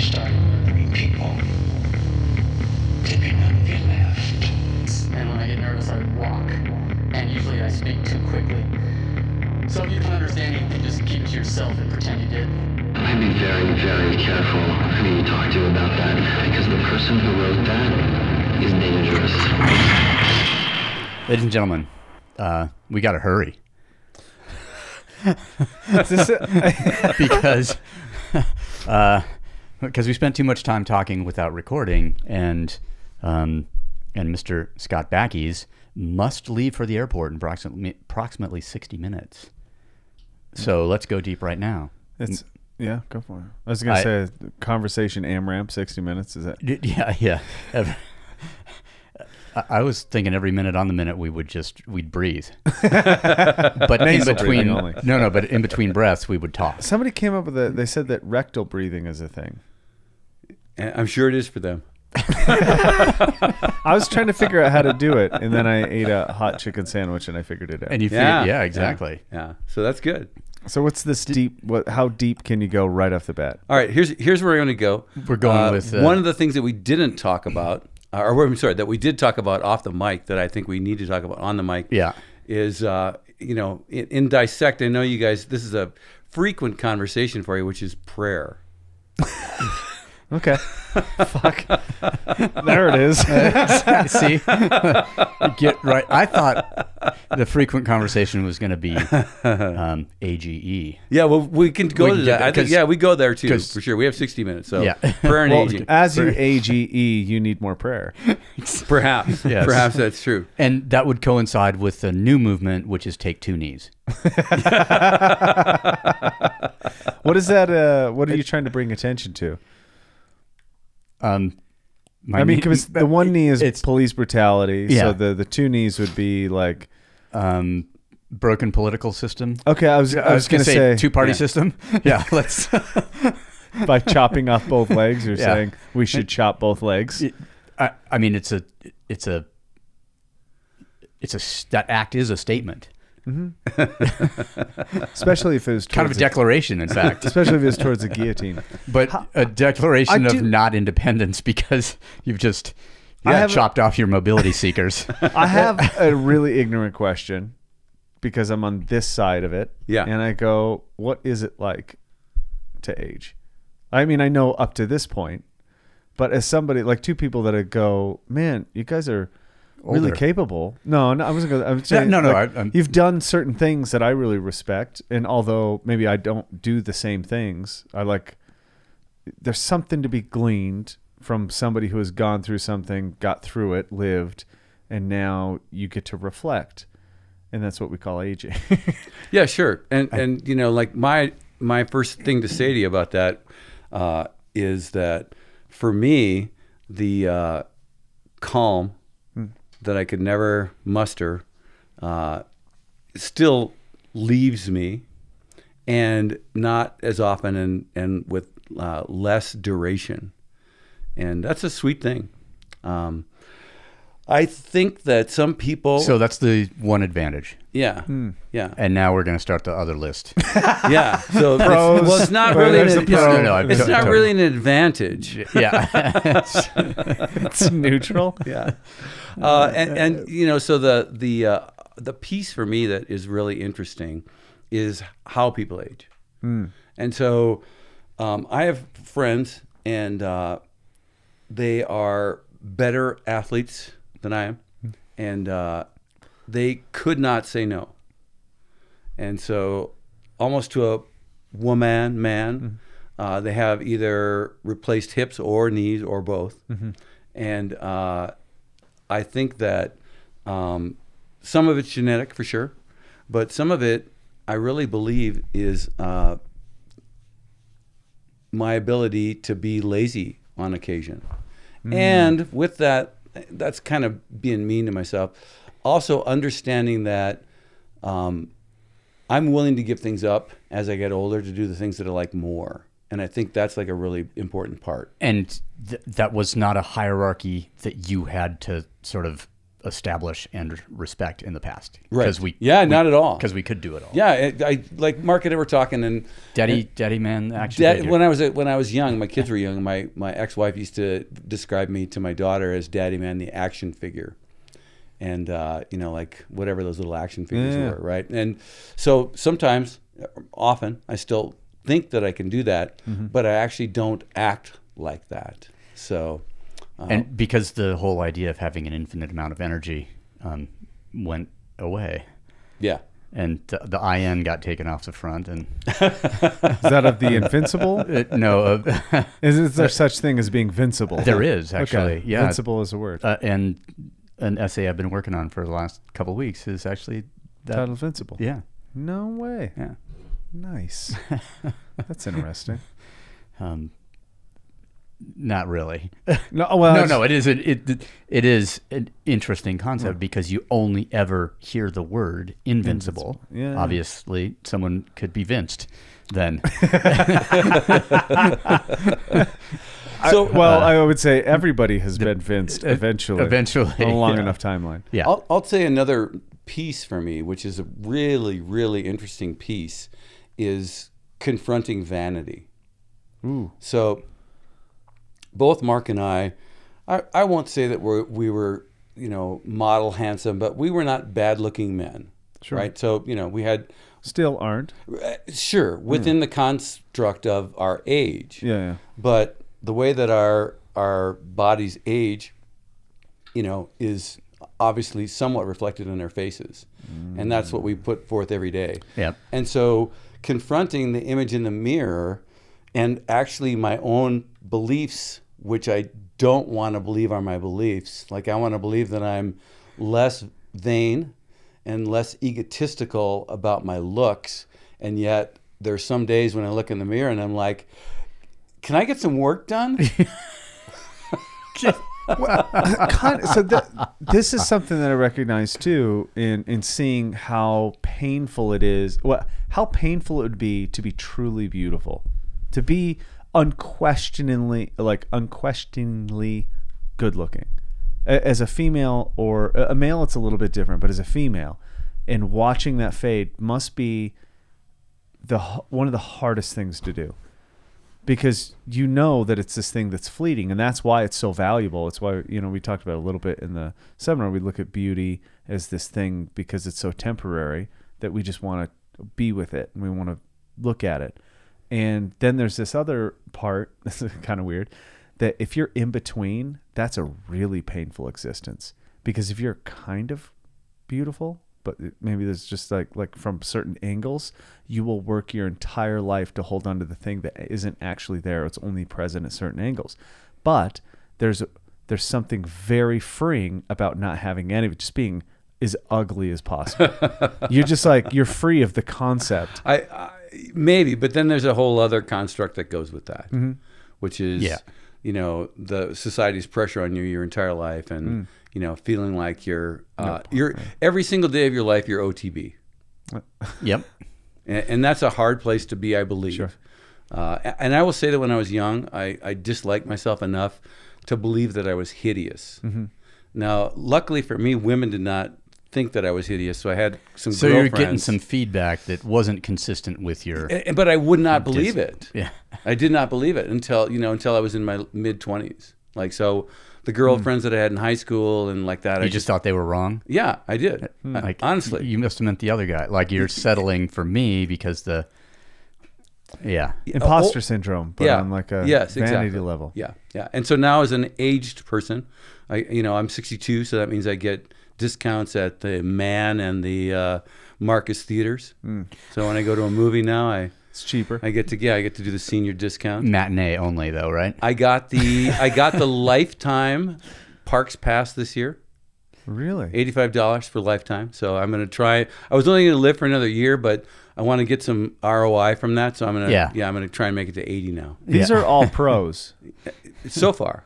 started murdering people, did they not get left? and when I get nervous, I walk. And usually I speak too quickly. So if you don't understand anything, just keep it to yourself and pretend you did. I'd be very, very careful who you talk to about that, because the person who wrote that is dangerous. Ladies and gentlemen, uh, we got to hurry This is- because uh, because we spent too much time talking without recording, and um, and Mr. Scott Backies must leave for the airport in approximately, approximately 60 minutes. So let's go deep right now. it's yeah, go for it. I was gonna I- say conversation AMRAP sixty minutes. Is that D- Yeah, yeah. Ev- I- I was thinking every minute on the minute we would just we'd breathe, but in Nasal between breathing no only. no but in between breaths we would talk. somebody came up with a? They said that rectal breathing is a thing. And I'm sure it is for them. I was trying to figure out how to do it, and then I ate a hot chicken sandwich, and I figured it out. And you figured, Yeah. yeah, exactly. Yeah. So that's good. so what's this deep? What? How deep can you go right off the bat? All right. Here's here's where we're going to go. We're going with, uh, one of the things that we didn't talk about, uh, or I'm sorry, that we did talk about off the mic that I think we need to talk about on the mic. Yeah. Is uh, you know in, in dissect. I know you guys. This is a frequent conversation for you, which is prayer. Okay. Fuck. There it is. See, get right. I thought the frequent conversation was going to be um, AGE. Yeah, well, we can go We to can get there, that. I think, 'cause- yeah, we go there too 'cause- for sure. We have 60 minutes, so Yeah. prayer and Well, aging, as you age, you need more prayer. perhaps, Yes. perhaps that's true. And that would coincide with the new movement, which is take two knees. What is that? Uh, what are you trying to bring attention to? Um, my I knee- mean, because the one knee is it's- police brutality, Yeah. so the the two knees would be like. um, broken political system. Okay, I was Oh, I was, gonna, say, two party yeah. system. Yeah, let's. by chopping off both legs, you're Yeah. saying we should chop both legs. I, I mean, it's a, it's a, it's a s- that act is a statement, especially if it was towards kind of a the- declaration, in fact. especially if it was towards the guillotine. but a declaration I of do- not independence because you've just I yeah, have- chopped off your mobility seekers. I have a really ignorant question because I'm on this side of it. Yeah. and I go, what is it like to age? I mean, I know up to this point, but as somebody like two people that I go, man, you guys are. Really Older. capable? No, no, I wasn't going. I'm saying, no, no, like, I- I'm- you've done certain things that I really respect, and although maybe I don't do the same things, I like there's something to be gleaned from somebody who has gone through something, got through it, lived, and now you get to reflect. And that's what we call aging. Yeah, sure. And and you know, like my my first thing to say to you about that uh, is that for me, the uh, calm that I could never muster uh, still leaves me, and not as often and and with uh, less duration, and that's a sweet thing. Um, I think that some people, so that's the one advantage. yeah, yeah, And now we're going to start the other list. Yeah. So it's, Pros. well, it's not Well, really. there's An, the it's, pro. No, no, I'm it's to- not totally. really an advantage. yeah. it's neutral. Yeah. Uh, and, and you know, so the the uh, the piece for me that is really interesting is how people age. And so um, I have friends, and uh, they are better athletes than I am, and uh, they could not say no. And so, almost to a woman, man, uh, they have either replaced hips or knees or both. And uh, I think that um, some of it's genetic for sure, but some of it I really believe is uh, my ability to be lazy on occasion. Mm. And with that, that's kind of being mean to myself. Also, understanding that um, I'm willing to give things up as I get older to do the things that I like more. And I think that's like a really important part. and th- that was not a hierarchy that you had to sort of establish and respect in the past. Right. Because we Yeah, not at all. Because we could do it all. Yeah, it, I like Mark and I were talking, and Daddy, daddy man, action Dad, figure. when I was when I was young, my kids were young. My my ex wife used to describe me to my daughter as "Daddy Man, the action figure," and uh, you know, like whatever those little action figures Yeah. were, right? And so sometimes, often, I still think that I can do that, Mm-hmm. but I actually don't act like that. So, and because the whole idea of having an infinite amount of energy um, went away, yeah, and the, the IN got taken off the front, and Is that of the invincible? it, no, uh, Is, is there such thing as being vincible? there is actually, Okay. yeah, Vincible is a word. uh, and an essay I've been working on for the last couple weeks is actually that. Title Vincible. Yeah, No way. yeah. Nice. That's interesting. Um, not really. No, oh, well, no, it's- no, it is an, it it is an interesting concept because you only ever hear the word invincible. Invincible. Yeah. Obviously, someone could be vinced then. so Uh, Well, I would say everybody has been vinced eventually. e-, eventually, On a long yeah. enough timeline. yeah. I'll, I'll say another piece for me, which is a really, really interesting piece, is confronting vanity. Ooh. So, both Mark and I, I, I won't say that we're, we were, you know, model handsome, but we were not bad looking men. Sure. Right. So, you know, we had, Still aren't. sure, within the construct of our age. Hmm. Yeah, yeah. But the way that our our bodies age, you know, is obviously somewhat reflected in our faces, and that's what we put forth every day. Yep. And so confronting the image in the mirror, and actually my own beliefs, which I don't want to believe are my beliefs. Like I want to believe that I'm less vain and less egotistical about my looks, and yet there's some days when I look in the mirror and I'm like, can I get some work done? Kind so th- this is something that I recognize too in in seeing how painful it is. Well, how painful it would be to be truly beautiful, to be unquestioningly like unquestioningly good looking. A- As a female or a a male, it's a little bit different, but as a female, and watching that fade must be the h- one of the hardest things to do because you know that it's this thing that's fleeting and that's why it's so valuable it's why you know we talked about it a little bit in the seminar we look at beauty as this thing because it's so temporary that we just want to be with it and we want to look at it and then there's this other part this is kind of weird that if you're in between that's a really painful existence because if you're kind of beautiful but it- maybe there's just like like from certain angles you will work your entire life to hold on to the thing that isn't actually there it's only present at certain angles but there's there's something very freeing about not having any of it just being as ugly as possible you're just like you're free of the concept I, I maybe, but then there's a whole other construct that goes with that, which is Mm-hmm. Yeah. you know the society's pressure on you your entire life, Mm. and you know feeling like you're uh, you're every single day of your life you're OTB, yep. and, and that's a hard place to be, I believe. Uh, a- and I will say that when I was young, I, I disliked myself enough to believe that I was hideous. Mm-hmm. Now, luckily for me, women did not think that I was hideous, so I had some. So you're getting girlfriends. some feedback that wasn't consistent with your. And- and- but I would not believe it. yeah. I did not believe it until you know until I was in my mid twenties. Like so, the girlfriends that I had in high school and like that. I You just thought they were wrong. yeah, I did. I- Like honestly, you must have meant the other guy. Like you're settling for me because the. Yeah. imposter oh, syndrome but on like a yes, vanity exactly. level Yeah, yeah. And so now as an aged person, I you know I'm 62, so that means I get discounts at the Man and the uh, Marcus theaters. Hmm. So when I go to a movie now, I it's cheaper I get to yeah I get to do the senior discount. Matinee only though, right? I got the I got the lifetime parks pass this year. really Eighty-five dollars for lifetime. So I'm gonna try. I was only gonna live for another year, but I want to get some ROI from that. So I'm gonna Yeah. I'm gonna try and make it to eighty now. these are all pros So far,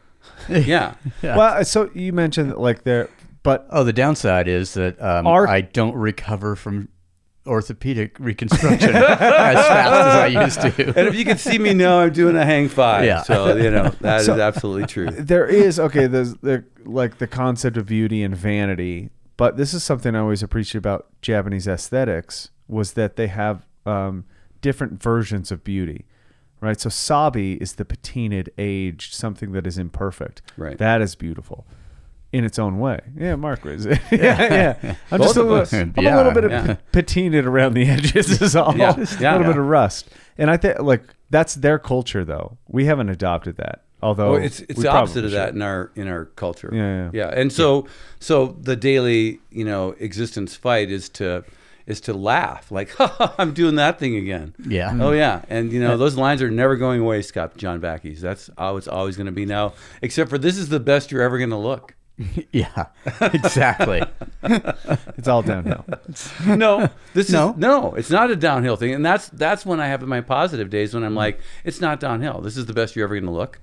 yeah. well so you mentioned that like there but Oh, the downside is that um, Our- I don't recover from orthopedic reconstruction as fast as I used And to. if you can see me now, I'm doing a hang five. Yeah. So you know that is So- absolutely true. there is okay there's the like the concept of beauty and vanity but this is something i always appreciate about japanese aesthetics was that they have um, different versions of beauty right so sabi is the patinaed aged something that is imperfect Right. that is beautiful in its own way yeah mark raised it yeah yeah i'm just a of us. little, I'm a Yeah. little bit of Yeah. patinaed around the edges is all Yeah. Just a Yeah. little bit of rust and i think like that's their culture though we haven't adopted that although Well, Oh, it's it's Oh, we the probably opposite of should. that in our in our culture. Yeah, yeah. And so so the daily you know existence fight is to is to laugh like ha, ha, I'm doing that thing again. Yeah. Oh yeah. And you know those lines are never going away, Scott John Backes. That's how it's always going to be now. Except for this is the best you're ever going to look. yeah, exactly. It's all downhill. no, this No. is no. It's not a downhill thing, and that's that's when I have my positive days Mm. when I'm like, it's not downhill. This is the best you're ever going to look,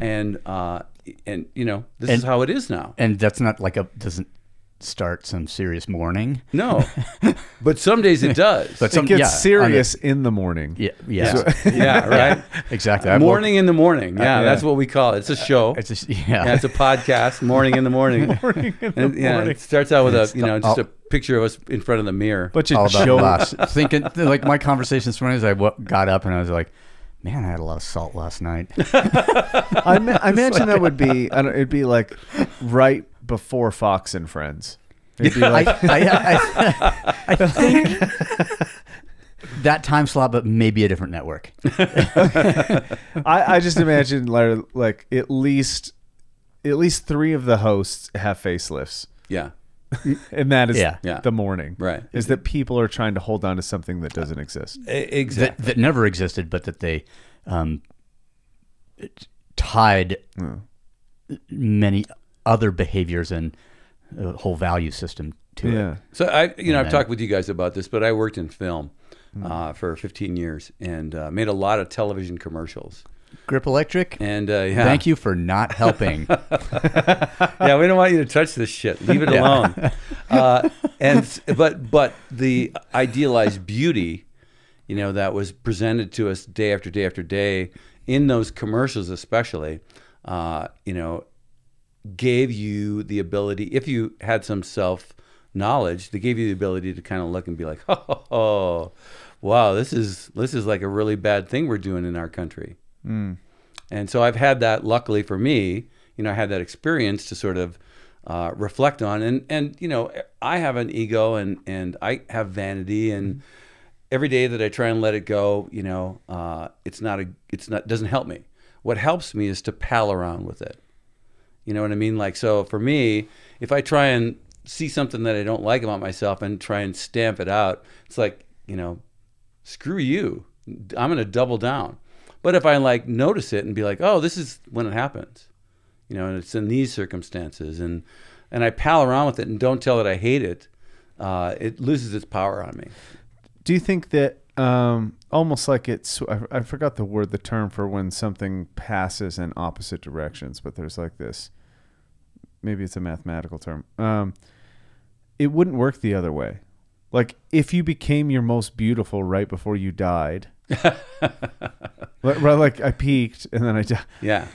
and uh, and you know this Mm. And- is how it is now. And that's not like a doesn't start some serious mourning. No, but some days it does. But some- it gets yeah, on the- serious in the morning. Yeah, yeah, yeah, right. exactly. I woke- Morning in the morning. Yeah, yeah. that's what we call it. It's a show. It's just, yeah, yeah, it's a podcast. Morning in the morning. Morning in the And, yeah, morning. it starts out with a you know just all- a picture of us in front of the mirror. Bunch of all about joke- loss. Thinking like my conversation this morning is I w- got up and I was like, man, I had a lot of salt last night. I, ma- I imagine that would be. I don't, it'd be like right before Fox and Friends. It'd be like, I, I, I, I think that time slot, but maybe a different network. I, I just imagine like, like at least at least three of the hosts have facelifts, yeah, and that is Yeah. Yeah. the morning. Right. is that people are trying to hold on to something that doesn't exist. exactly. that, that never existed, but that they um, it tied many other behaviors and uh, whole value system to Yeah, it. So I, you know, I've talked with you guys about this, but I worked in film uh, for 15 years and uh, made a lot of television commercials. Grip Electric, And uh, yeah, thank you for not helping. yeah, we don't want you to touch this shit. Leave it alone. Uh, and s- but but the idealized beauty, you know, that was presented to us day after day after day in those commercials, especially, uh, you know, gave you the ability if you had some self knowledge, they gave you the ability to kind of look and be like, oh, wow, this is this is like a really bad thing we're doing in our country. And so I've had that, luckily for me, you know, I had that experience to sort of uh, reflect on. And, and, you know, I have an ego and, and I have vanity. And every day that I try and let it go, you know, uh, it's not a, it's not, doesn't help me. What helps me is to pal around with it. You know what I mean? Like, so for me, if I try and see something that I don't like about myself and try and stamp it out, it's like, you know, screw you. I'm going to double down. But if I like notice it and be like, oh, this is when it happens, you know, and it's in these circumstances, and and I pal around with it and don't tell it I hate it, uh, it loses its power on me. Do you think that um, almost like it's I, I forgot the word the term for when something passes in opposite directions, but there's like this. Maybe it's a mathematical term. Um, it wouldn't work the other way. Like if you became your most beautiful right before you died. like, right, like I peaked and then I died Yeah,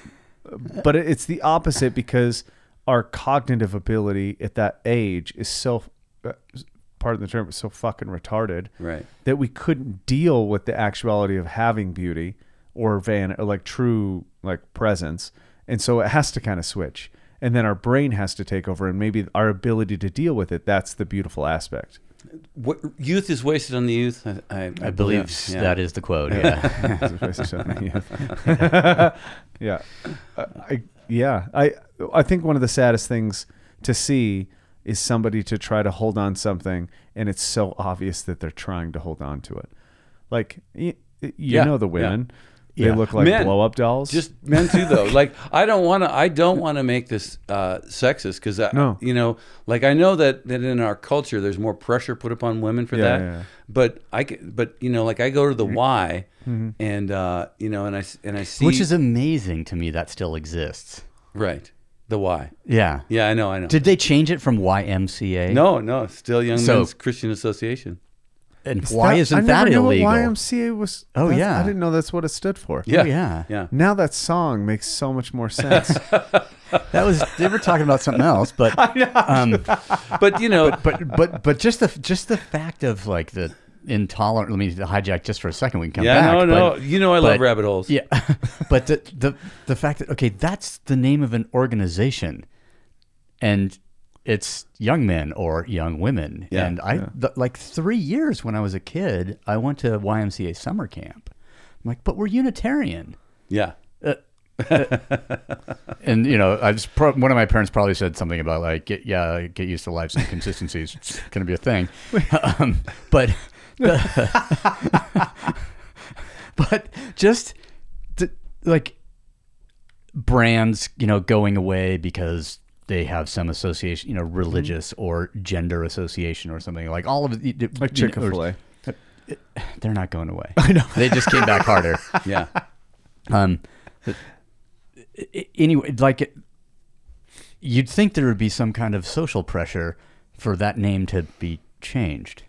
but it- it's the opposite because our cognitive ability at that age is so uh, pardon the term but so fucking retarded Right. that we couldn't deal with the actuality of having beauty or van or like true like presence and so it has to kind of switch and then our brain has to take over and maybe our ability to deal with it that's the beautiful aspect what, youth is wasted on the youth. I, I, I believe yeah. that is the quote. Yeah. yeah, yeah, Uh, I, yeah. I I think one of the saddest things to see is somebody to try to hold on something, and it's so obvious that they're trying to hold on to it. Like y- you Yeah, know the yeah. women, Yeah. they look like Men. blow up dolls. Just men too, though. like I don't want to. I don't want to make this uh, sexist because I, No. you know, like I know that that in our culture there's more pressure put upon women for Yeah, that. yeah, yeah. But I, ca- but you know, like I go to Mm-hmm. the Y, and uh, you know, and I s- and I see Which is amazing to me that still exists. right the Y. Yeah. Yeah, I know, I know. Did they change it from YMCA? no, no, still Young So- Oh, Men's Christian Association. And why is is isn't I never that knew what illegal? YMCA was. Oh, that's- yeah. I didn't know that's what it stood for. Yeah. yeah. Yeah. Now that song makes so much more sense. That was they were talking about something else, but um, But, you know, but but but just the just the fact of like the intolerant. Let me hijack just for a second. We can come Yeah, back. no, no. but- You know I love but- rabbit holes. Yeah, but the, the the fact that okay, that's the name of an organization, and it's young men or young women. Yeah, and I th- like three years when I was a kid, I went to YMCA summer camp. I'm like, but we're Unitarian. yeah. And you know, I just pro- one of my parents probably said something about like, get, yeah, get used to life's inconsistencies. It's going to be a thing. um, but but just th- like brands, you know, going away because they have some association, you know, religious or gender association or something like all of the, like Chick Fil A. They're not going away. I know. They just came back harder. Yeah. Um, but a- anyway, like it, you'd think there would be some kind of social pressure for that name to be changed.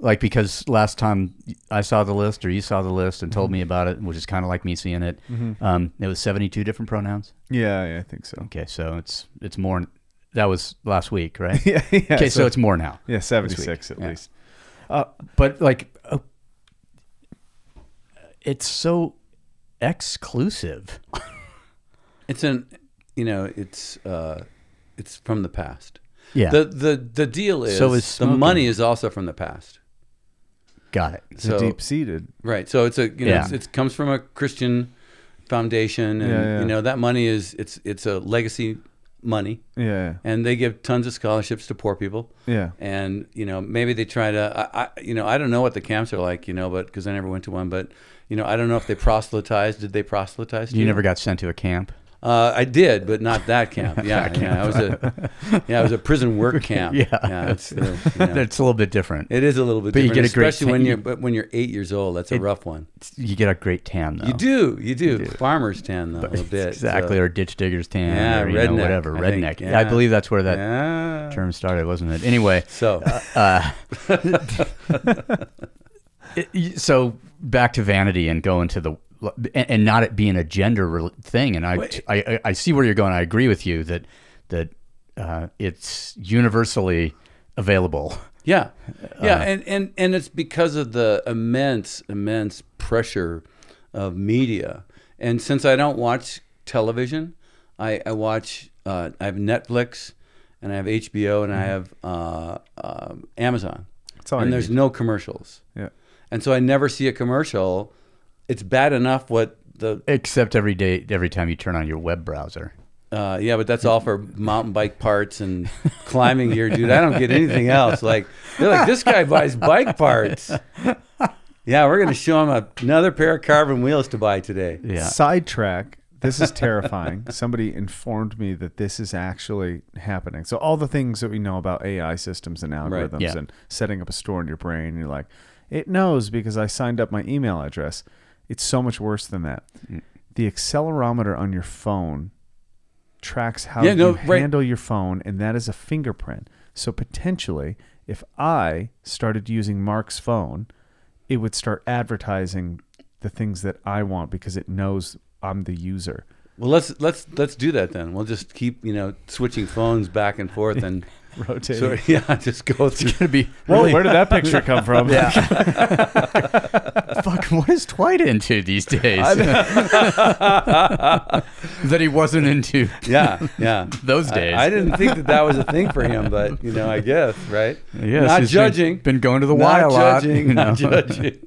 Like because last time I saw the list or you saw the list and told me about it, which is kind of like me seeing it. Um, it was seventy-two different pronouns. Yeah, yeah, I think so. Okay, so it's it's more. That was last week, right? Yeah, yeah, okay, so, so- it's more now. Yeah, seventy six at Yeah. least. but like uh, it's so exclusive. It's an, you know, it's uh, it's from the past. Yeah. The the the deal is, So is the smoking. money is also from the past. Got it. It's so deep seated. right, so it's a you know Yeah. it's, it comes from a Christian foundation, and Yeah, yeah. you know that money is it's it's a legacy money, Yeah, and they give tons of scholarships to poor people. yeah. and you know maybe they try to I, I you know i don't know what the camps are like you know but because i never went to one but you know i don't know if they proselytized did they proselytize to You never got sent to a camp. uh, i did but not that camp yeah yeah i was a yeah i was a prison work camp Yeah. it's, the- you know, It's a little bit different. it is a little bit But you different, get a great especially when tan- you're but when you're eight years old that's a rough one you get a great tan though. you do you do, farmers tan though a little bit exactly, so- or ditch diggers tan, Yeah, or you know, redneck, whatever, I redneck. think, Yeah, I yeah. believe that's where that yeah term Uh, started, wasn't it? Anyway, so it- y- so back to vanity and going to the and, and not it being a gender rel- thing. And I, I I- I see where you're going. I agree with you that that uh, it's universally available. Yeah, uh, yeah, and, and and it's because of the immense, immense pressure of media. And since I don't watch television, I, I watch. Uh, I have Netflix, and I have HBO, and I Mm-hmm. have uh, um Amazon. all and you there's no commercials. Yeah. And so I never see a commercial. It's bad enough what the Except every day, every time you turn on your web browser. uh, yeah, but that's all for mountain bike parts and climbing gear, dude. I don't get anything else. Like they're like, this guy buys bike parts. Yeah, we're gonna show him a- another pair of carbon wheels to buy today. Yeah. Sidetrack. This is terrifying. Somebody informed me that this is actually happening. So all the things that we know about AI systems and algorithms yeah. and setting up a store in your brain, you're like, it knows because I signed up my email address. It's so much worse than that. Mm. The accelerometer on your phone tracks how Yeah, no, you right. handle your phone, and that is a fingerprint. So potentially, if I started using Mark's phone, it would start advertising the things that I want because it knows I'm the user. Well, let's let's let's do that then. We'll just keep you know switching phones back and forth and Rotating. so yeah, just go through. It'd be Whoa, really- where did that picture come from? yeah. Fuck, what is Dwight into these days? that he wasn't into Yeah, yeah. those I, days. I didn't think that that was a thing for him, but you know, I guess right. Yes, not he's been- judging. been going to the Y a not lot, judging. you Not know. judging.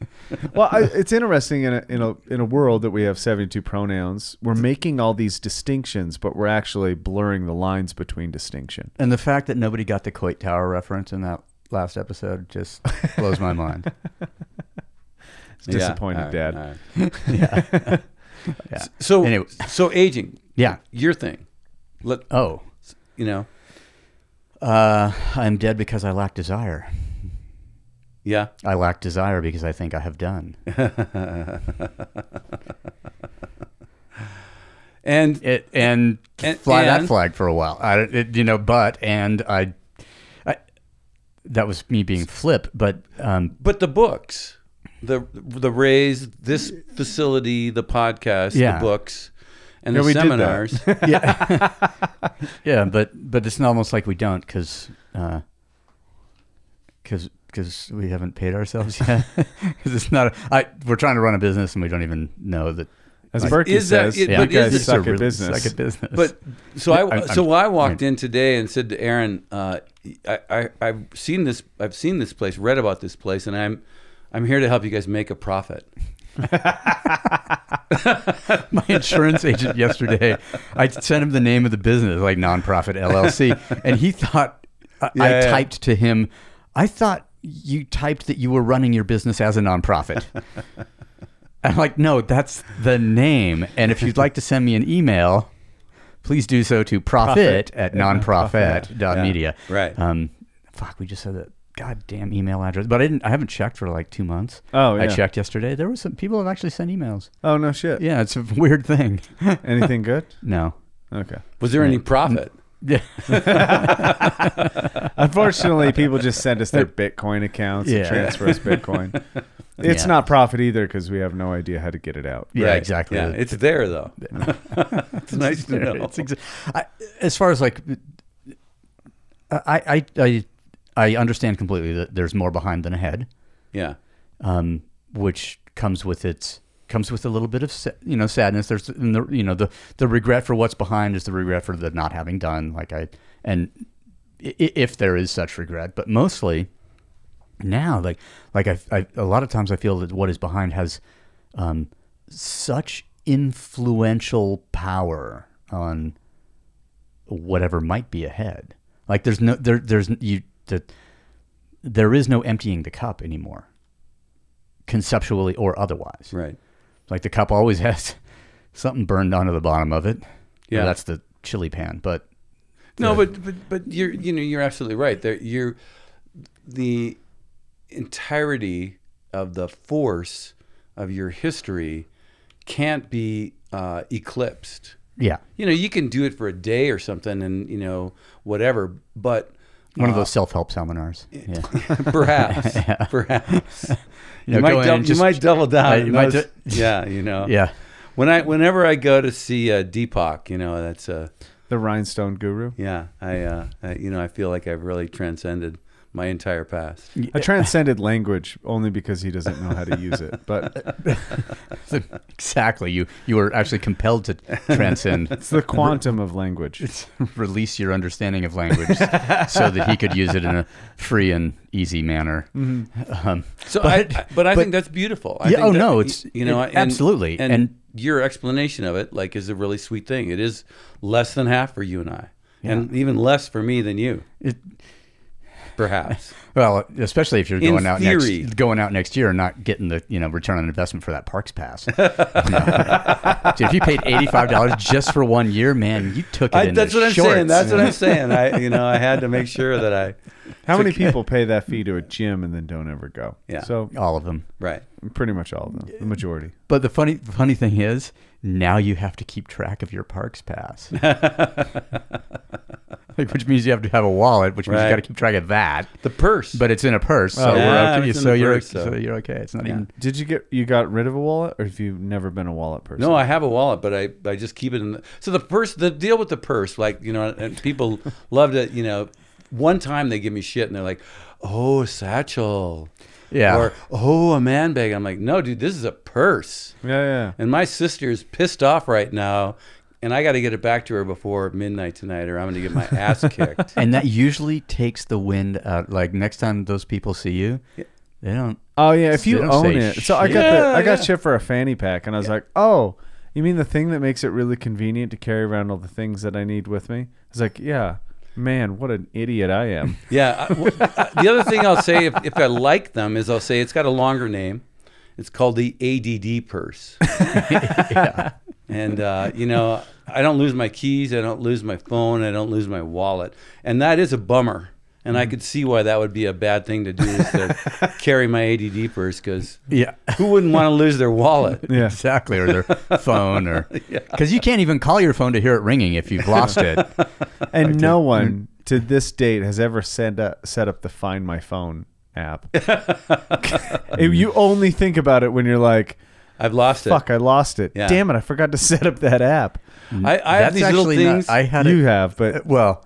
Well, I, it's interesting in a, in a in a world that we have 72 pronouns, we're making all these distinctions, but we're actually blurring the lines between distinction. and the fact that nobody got the Coit Tower reference in that last episode just blows my mind. It's Yeah, disappointed, all right, Dad. all right. Yeah. So Anyway. so aging, Yeah. your thing. Let Oh. you know. Uh, I'm dead because I lack desire. Yeah. I lack desire because I think I have done. And it and, And- fly that and- flag for a while. I it, you know, but and I, I that was me being flip, but um, But the books, the the raise this facility, the podcast, Yeah. the books, and Yeah, the we did that. seminars. yeah, but but it's almost like we don't because because because we haven't paid ourselves yet because it's not. I we're trying to run a business and we don't even know that. As like, Berkey is that- says, it- you but guys is it- suck a at real- business. Suck at business. But so I, I- I'm- so I walked in today and said to Aaron, uh, I, I I've seen this I've seen this place, read about this place, and I'm I'm here to help you guys make a profit. my insurance agent yesterday, I sent him the name of the business, like nonprofit LLC, and he thought I, I Yeah, yeah. typed to him, I thought you typed that you were running your business as a nonprofit. I'm like, no, that's the name. And if you'd like to send me an email, please do so to profit, at nonprofit dot media. right. Um, fuck, we just said that goddamn email address, but I didn't. I haven't checked for like two months. Oh, I yeah. checked yesterday. There were some people have actually sent emails. oh no shit. Yeah, it's a weird thing. Anything good? No. Okay. Was there any profit? Yeah. Unfortunately, people just send us their Bitcoin accounts and Yeah. transfer us Bitcoin. It's Yeah. not profit either because we have no idea how to get it out. Yeah, Right. exactly. Yeah, it's there though. it's nice to know. It's exa- I, as far as like, I, I, I, I understand completely that there's more behind than ahead, yeah. um, which comes with its comes with a little bit of sa- you know sadness. There's and the, you know the the regret for what's behind is the regret for the not having done. Like I and i- i- if there is such regret, but mostly now like like I, I a lot of times I feel that what is behind has um, such influential power on whatever might be ahead. Like there's no there there's you the, there is no emptying the cup anymore, conceptually or otherwise. Right. Like the cup always has something burned onto the bottom of it. Yeah. Well, that's the chili pan, but No, but but but you're you know you're absolutely right. There you're the entirety of the force of your history can't be uh, eclipsed. yeah, You know, you can do it for a day or something, and you know whatever. But one of Uh, those self help seminars. Yeah. perhaps, perhaps you, know, might go in dou- and you just- might double down. Uh, on you might those- do- yeah, you know. Yeah. When I whenever I go to see uh, Deepak, you know that's a The rhinestone guru. yeah. I, uh, I you know I feel like I've really transcended my entire past. I transcended language only because he doesn't know how to use it. But exactly. You you were actually compelled to transcend, it's the quantum of language. release your understanding of language, so that he could use it in a free and easy manner. Mm-hmm. Um, So, But- I, I- but I but- think that's beautiful. I Yeah, think oh, that- no, it's- you know it- absolutely, and, and- your explanation of it like is a really sweet thing. It is less than half for you and I, and even less for me than you, it, perhaps. Well, especially if you're In going out theory. next going out next year and not getting the you know return on investment for that parks pass. Dude, if you paid eighty five dollars just for one year, man, you took it. I, in that's the what I'm shorts. saying. That's what I'm saying. I you know I had to make sure that I How many people pay that fee to a gym and then don't ever go? Yeah. So all of them. right. pretty much all of them, the majority. But the funny funny thing is, now you have to keep track of your parks pass, like, which means you have to have a wallet, which means Right. you got to keep track of that. The purse, But it's in a purse, so Oh, yeah, we're okay. it's in So the you're purse, so- so you're okay. It's not Yeah. even Did you get you got rid of a wallet, or have you never been a wallet person? no, I have a wallet, but I, I just keep it in. The, so the purse, the deal with the purse, like you know, and people love to you know. One time they give me shit and they're like, "Oh, satchel." yeah. Or, oh, a man bag. I'm like, no, dude, this is a purse. Yeah, yeah. And my sister's pissed off right now, and I got to get it back to her before midnight tonight, or I'm going to get my ass kicked. and that usually takes the wind out. Like next time those people see you, they don't. Oh yeah, if They you don't own say it. So I shit. got Yeah, the, I got yeah. shit for a fanny pack, and I was like, oh, you mean the thing that makes it really convenient to carry around all the things that I need with me? I was like, yeah, man, what an idiot I am. yeah. I- w- I- the other thing I'll say, if, if I like them, is I'll say it's got a longer name. It's called the ADD purse. And, uh, you know, I don't lose my keys, I don't lose my phone, I don't lose my wallet. And that is a bummer. And I could see why that would be a bad thing to do is to carry my ADD purse because Yeah, Who wouldn't want to lose their wallet? yeah. exactly. Or their phone, or because you can't even call your phone to hear it ringing if you've lost it. And no one to this date has ever set up, set up the Find My Phone app. If you only think about it when you're like, I've lost it. "Fuck, I lost it. Yeah. Damn it, I forgot to set up that app." I, I have That's these little actually not- things. I had you it- have, but well,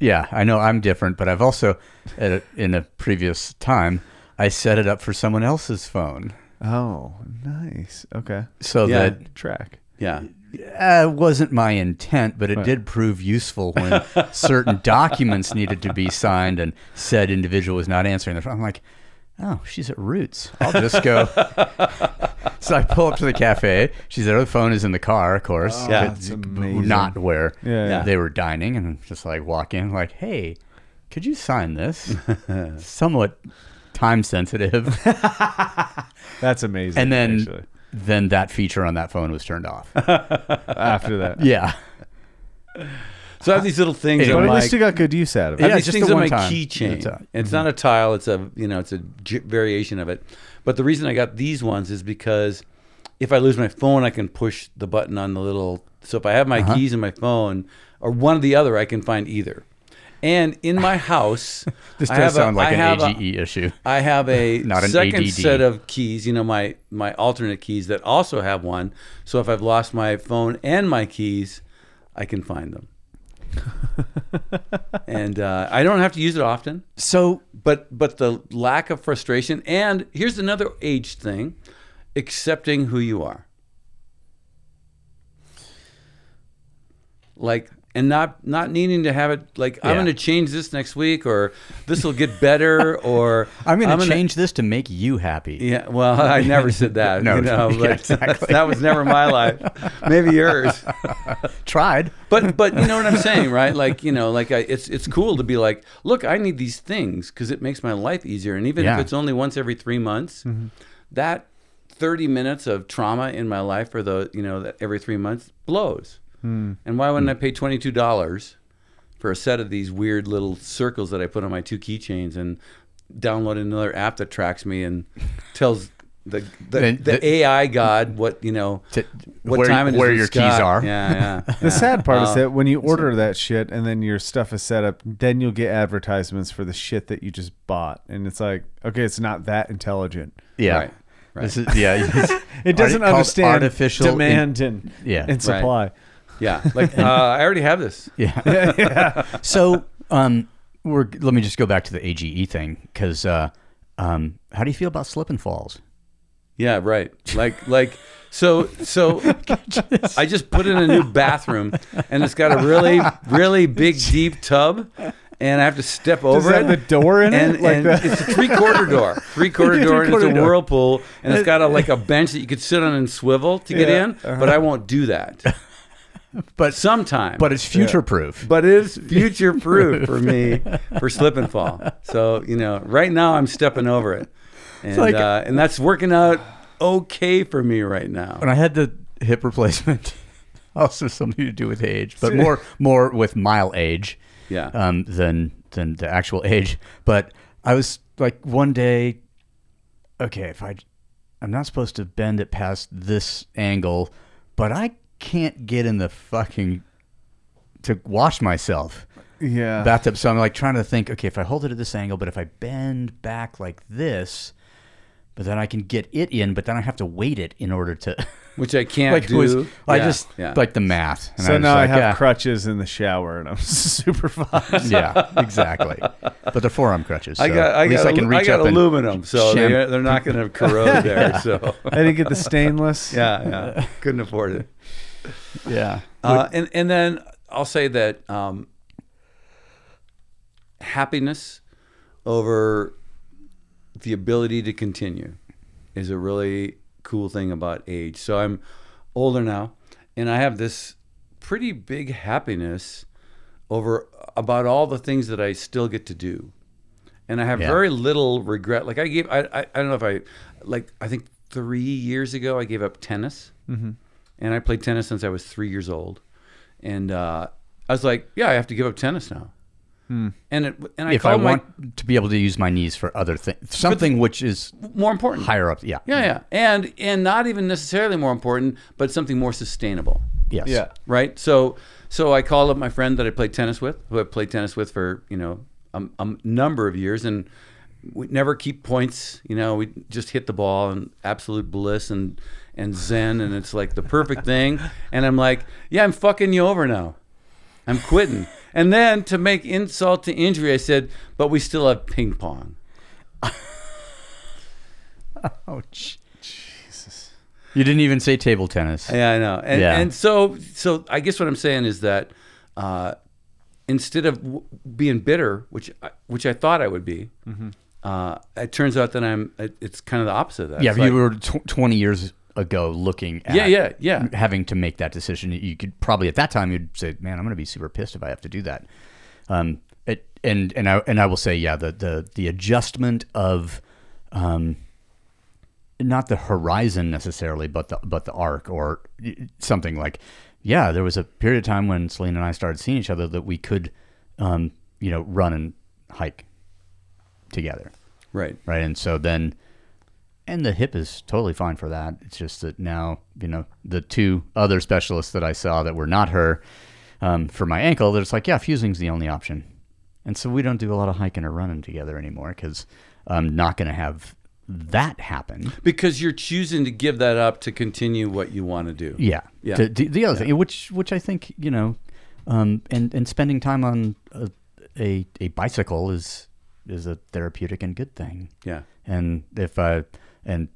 yeah, I know I'm different, but I've also, at a, in a previous time, I set it up for someone else's phone oh, nice. Okay, so Yeah. that track. yeah. uh, wasn't my intent, but it did prove useful when certain documents needed to be signed and said individual was not answering the phone. I'm like, oh, she's at Roots. I'll just go. so I pull up to the cafe. She's there. The phone is in the car, of course. Yeah. It's Oh, that's amazing. Not where Yeah. Yeah. they were dining, and just like walk in, like, hey, could you sign this? Somewhat time sensitive. That's amazing. And then. actually, Then that feature on that phone was turned off. after that, Yeah. So I have these little things. Anyway. but on at my, least you got good use out of it. I have Yeah, these just things the on my one time. keychain. That's It's, all. not a tile. It's a you know it's a j- variation of it. But the reason I got these ones is because if I lose my phone, I can push the button on the little. So if I have my Uh-huh. keys and my phone, or one or the other, I can find either. And in my house, This I does have a- sound like I an E have a- AGE issue. I have a Not an second ADD. set of keys, you know, my my alternate keys that also have one. So if I've lost my phone and my keys, I can find them. and uh, I don't have to use it often, So but but the lack of frustration and here's another age thing, accepting who you are. Like and not not needing to have it like I'm Yeah. going to change this next week or this will get better or I'm going to gonna- change this to make you happy. Yeah, well, I never said that. No, you know, yeah, but exactly. that was never my life. Maybe yours. Tried. But but you know what I'm saying, right? Like, you know, like I, it's it's cool to be like, look, I need these things cuz it makes my life easier and even Yeah. Mm-hmm. if it's only once every 3 months, that 30 minutes of trauma in my life for the, you know, that every 3 months blows. Hmm. And why wouldn't I pay $22 for a set of these weird little circles that I put on my two keychains and download another app that tracks me and tells the the, the, Then the- AI god what you know To- what where- time it is where in your the keys sky. are. Yeah, yeah. The sad part is that when you order that shit and then your stuff is set up, then you'll get advertisements for the shit that you just bought, and it's like, okay, it's not that intelligent. Yeah. Right, right. This is, yeah. it's- It doesn't art- called understand artificial in- demand and Yeah. and supply. Yeah, like uh, I already have this. yeah. So, um, we're let me just go back to the AGE thing because, uh, um, how do you feel about slip and falls? Yeah, right. Like like so so I just put in a new bathroom and it's got a really really big deep tub and I have to step Does over it have it. the door in and, it? Like and the- it's a three quarter door, three quarter Yeah, door, and it's a three-quarter door. whirlpool, and it's got a, like a bench that you could sit on and swivel to get Yeah, uh-huh. in. But I won't do that. But- sometime, But it's future proof. but it is future proof for me for slip and fall. So you know, right now I'm stepping over it, and like- uh, and that's working out okay for me right now. When I had the hip replacement, also something to do with age, but more more with mile age, Yeah. um, than than the actual age. But I was like one day, okay, if I, I'm not supposed to bend it past this angle, but I can't get in the fucking to wash myself Yeah, bathtub. So I'm like trying to think, okay, if I hold it at this angle, but if I bend back like this, but then I can get it in, but then I have to weight it in order to. Which I can't like it do. was, I Yeah, just yeah. like the math. And so was now I like, have yeah, crutches in the shower, and I'm super fine. yeah, exactly. But they're forearm crutches. I so got I at least got, I can alu- reach got up and aluminum, so sham- they're, they're not going to corrode there. So I didn't get the stainless. yeah, yeah, couldn't afford it. yeah. Uh, and and then I'll say that um, happiness over the ability to continue is a really cool thing about age. So I'm older now, and I have this pretty big happiness over about all the things that I still get to do, and I have Yeah. very little regret. Like I gave, I, I, I don't know if I, like I think three years ago I gave up tennis, Mm-hmm. and I played tennis since I was three years old, and uh, I was like, yeah, I have to give up tennis now. And it, and Hmm. I If I called my want to be able to use my knees for other things, something which is more important higher up, yeah, Yeah, yeah, and and not even necessarily more important, but something more sustainable. Yes. Yeah. right? So so I called up my friend that I played tennis with, who I played tennis with for you know a, a number of years, and we never keep points. You know, we just hit the ball and absolute bliss and and zen, and it's like the perfect thing. And I'm like, yeah, I'm fucking you over now. I'm quitting. And then to make insult to injury, I said, but we still have ping pong. Oh, Jesus. You didn't even say table tennis. Yeah, I know. And, Yeah. and so, so I guess what I'm saying is that uh, instead of w- being bitter, which I, which I thought I would be, Mm-hmm. uh, it turns out that I'm. It, it's kind of the opposite of that. Yeah, if It's you like- were tw- 20 years ago looking at Yeah, yeah, yeah. having to make that decision, you could probably at that time you'd say, "Man, I'm going to be super pissed if I have to do that." Um, it, and and I and I will say, yeah, the the the adjustment of um, not the horizon necessarily, but the but the arc or something like, yeah, there was a period of time when Selena and I started seeing each other that we could, um, you know, run and hike together right. right? And so then, and the hip is totally fine for that. It's just that now, you know, the two other specialists that I saw that were not her um, for my ankle, they're just like, yeah, fusing's the only option. And so we don't do a lot of hiking or running together anymore because I'm not going to have that happen. Because you're choosing to give that up to continue what you want to do. Yeah. Yeah. The, the- the other thing, which which I think you know, um, and and spending time on a, a a bicycle is is a therapeutic and good thing. Yeah. and if I and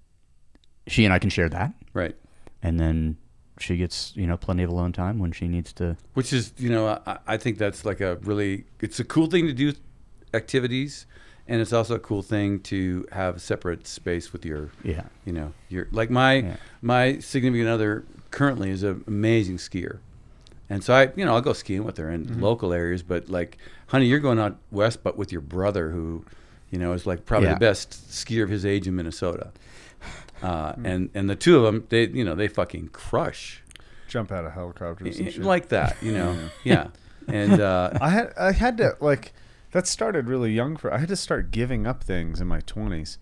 she and I can share that, Right. and then she gets you know plenty of alone time when she needs to. Which is, you know, I, I think that's like a really, it's a cool thing to do activities. And it's also a cool thing to have a separate space with your, Yeah. you know, your, like my, Yeah. my significant other currently is an amazing skier. And so I, you know, I'll go skiing with her in Mm-hmm. local areas, but like, honey, you're going out west, but with your brother who, you know, is like probably Yeah. the best skier of his age in Minnesota. Uh, Hmm. and, and the two of them, they, you know, they fucking crush Jump out of helicopters. And shit. like that, you know. yeah. And uh, I had I had to like that started really young for I had to start giving up things in my twenties.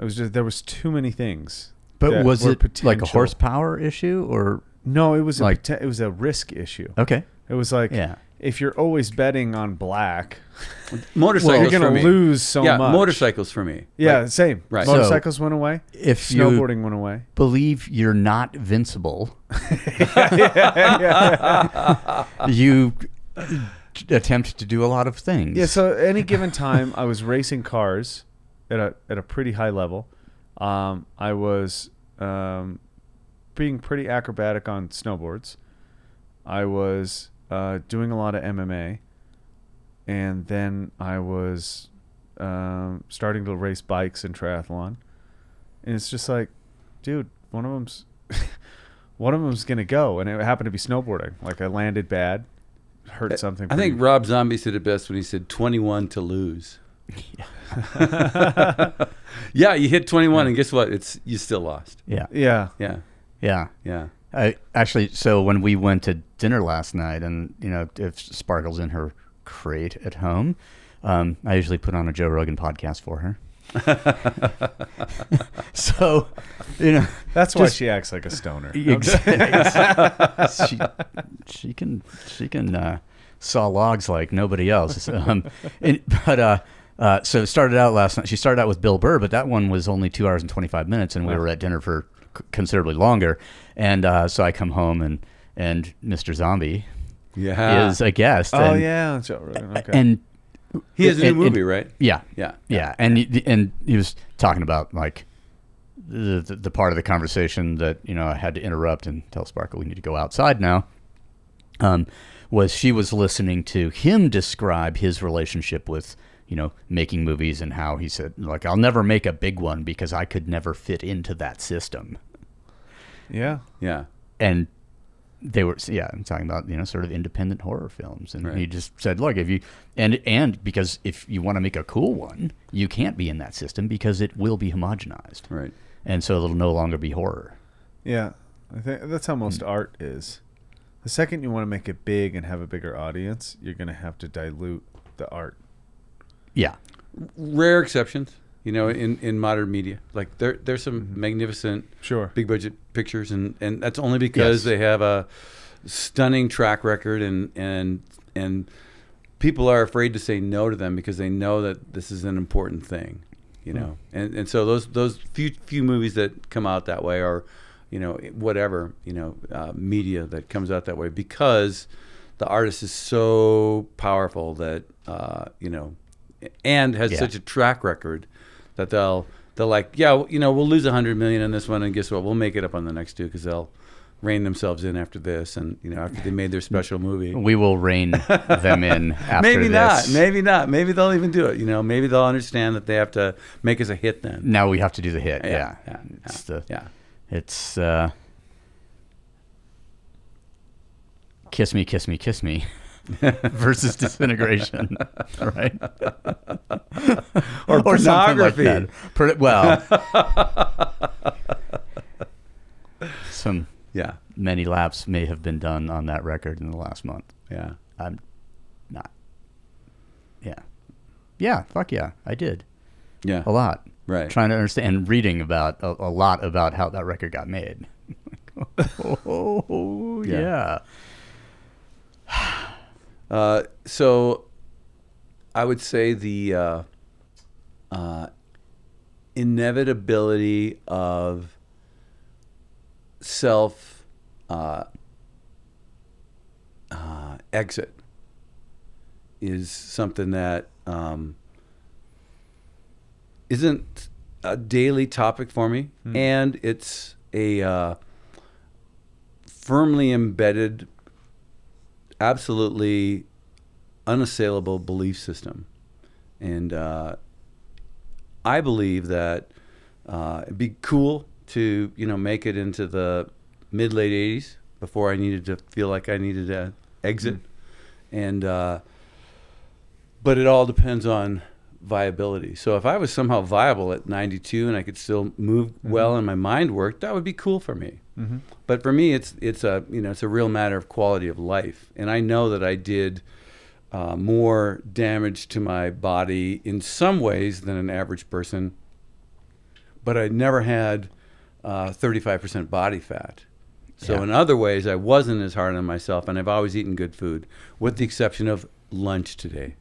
It was just there was too many things. But that was were it like a potential. horsepower issue or No, it was like- a poten- it was a risk issue. okay? It was like Yeah. if you're always betting on black, motorcycles you're for gonna me. lose so yeah, much. motorcycles for me. Yeah, Like, same. right. So- Motorcycles went away. If snowboarding you went away. believe you're not vincible, you attempt to do a lot of things. Yeah, so at any given time, I was racing cars at a at a pretty high level. Um, I was um, being pretty acrobatic on snowboards. I was uh, doing a lot of MMA, and then I was um, starting to race bikes and triathlon. And it's just like, dude, one of them's one of them's gonna go, and it happened to be snowboarding. Like I landed bad, hurt something. I pretty think Rob Zombie said it best when he said 21 to lose. yeah, you hit 21 and guess what? It's you still lost. yeah, yeah, Yeah. yeah. Yeah. I actually, so when we went to dinner last night, and you know, if Sparkle's in her crate at home, um, I usually put on a Joe Rogan podcast for her. so, you know, That's why Just- she acts like a stoner. ex- she she can she can uh, saw logs like nobody else. Um, and, but uh, uh, so it started out last night. She started out with Bill Burr, but that one was only two hours and twenty five minutes, and we were at dinner for c- considerably longer. And uh, so I come home and and Mr. Zombie Yeah. is a guest. Oh and, yeah, Joe Rogan. Okay. and he has a new and- and- movie, right? yeah, Yeah. yeah, and he, and he was talking about like the, the the part of the conversation that you know I had to interrupt and tell Sparkle we need to go outside now. Um, was she was listening to him describe his relationship with you know making movies and how he said like I'll never make a big one because I could never fit into that system yeah, Yeah. and they were yeah i'm talking about you know sort of independent horror films and he Right. just said look if you and and because if you want to make a cool one you can't be in that system because it will be homogenized Right. and so it'll no longer be horror yeah. I think that's how most art is. The second you want to make it big and have a bigger audience, you're gonna have to dilute the art. yeah Rare exceptions, you know, in, in modern media. Like there Mm-hmm. there's some magnificent Sure. big budget pictures and and that's only Yes. because they have a stunning track record, and and and people are afraid to say no to them because they know that this is an important thing, you Hmm. know. And and so those those few few movies that come out that way are, you know, whatever you know uh, media that comes out that way because the artist is so powerful that uh, you know, and has Yeah. such a track record that they'll they're like, yeah, well, you know, we'll lose a hundred million on this one, and guess what? We'll make it up on the next two because they'll rein themselves in after this, and you know, after they made their special movie. We will rein them in after Maybe this. not. Maybe not. Maybe they'll even do it. You know, maybe they'll understand that they have to make us a hit then. Now we have to do the hit. Yeah. Yeah, yeah, it's yeah, the yeah. it's uh, kiss me, kiss me, kiss me versus disintegration, right? Or, pornography. Pro- well, some Yeah, many laps may have been done on that record in the last month. yeah. I'm not. Yeah. Yeah. Fuck yeah. I did Yeah. a lot. Right. Trying to understand and reading about a, a lot about how that record got made. oh yeah. Uh, so I would say the uh, uh, inevitability of self uh, uh, exit is something that um, isn't a daily topic for me, and it's a uh, firmly embedded absolutely unassailable belief system. And uh, I believe that uh, it'd be cool to, you know, make it into the mid late 80s before I needed to feel like I needed to exit. And, uh, but it all depends on viability. So if I was somehow viable at 92 and I could still move well and my mind worked, that would be cool for me. But for me, it's it's a you know it's a real matter of quality of life, and I know that I did uh, more damage to my body in some ways than an average person, but I never had uh, 35% body fat. So in other ways, I wasn't as hard on myself, and I've always eaten good food, with the exception of lunch today.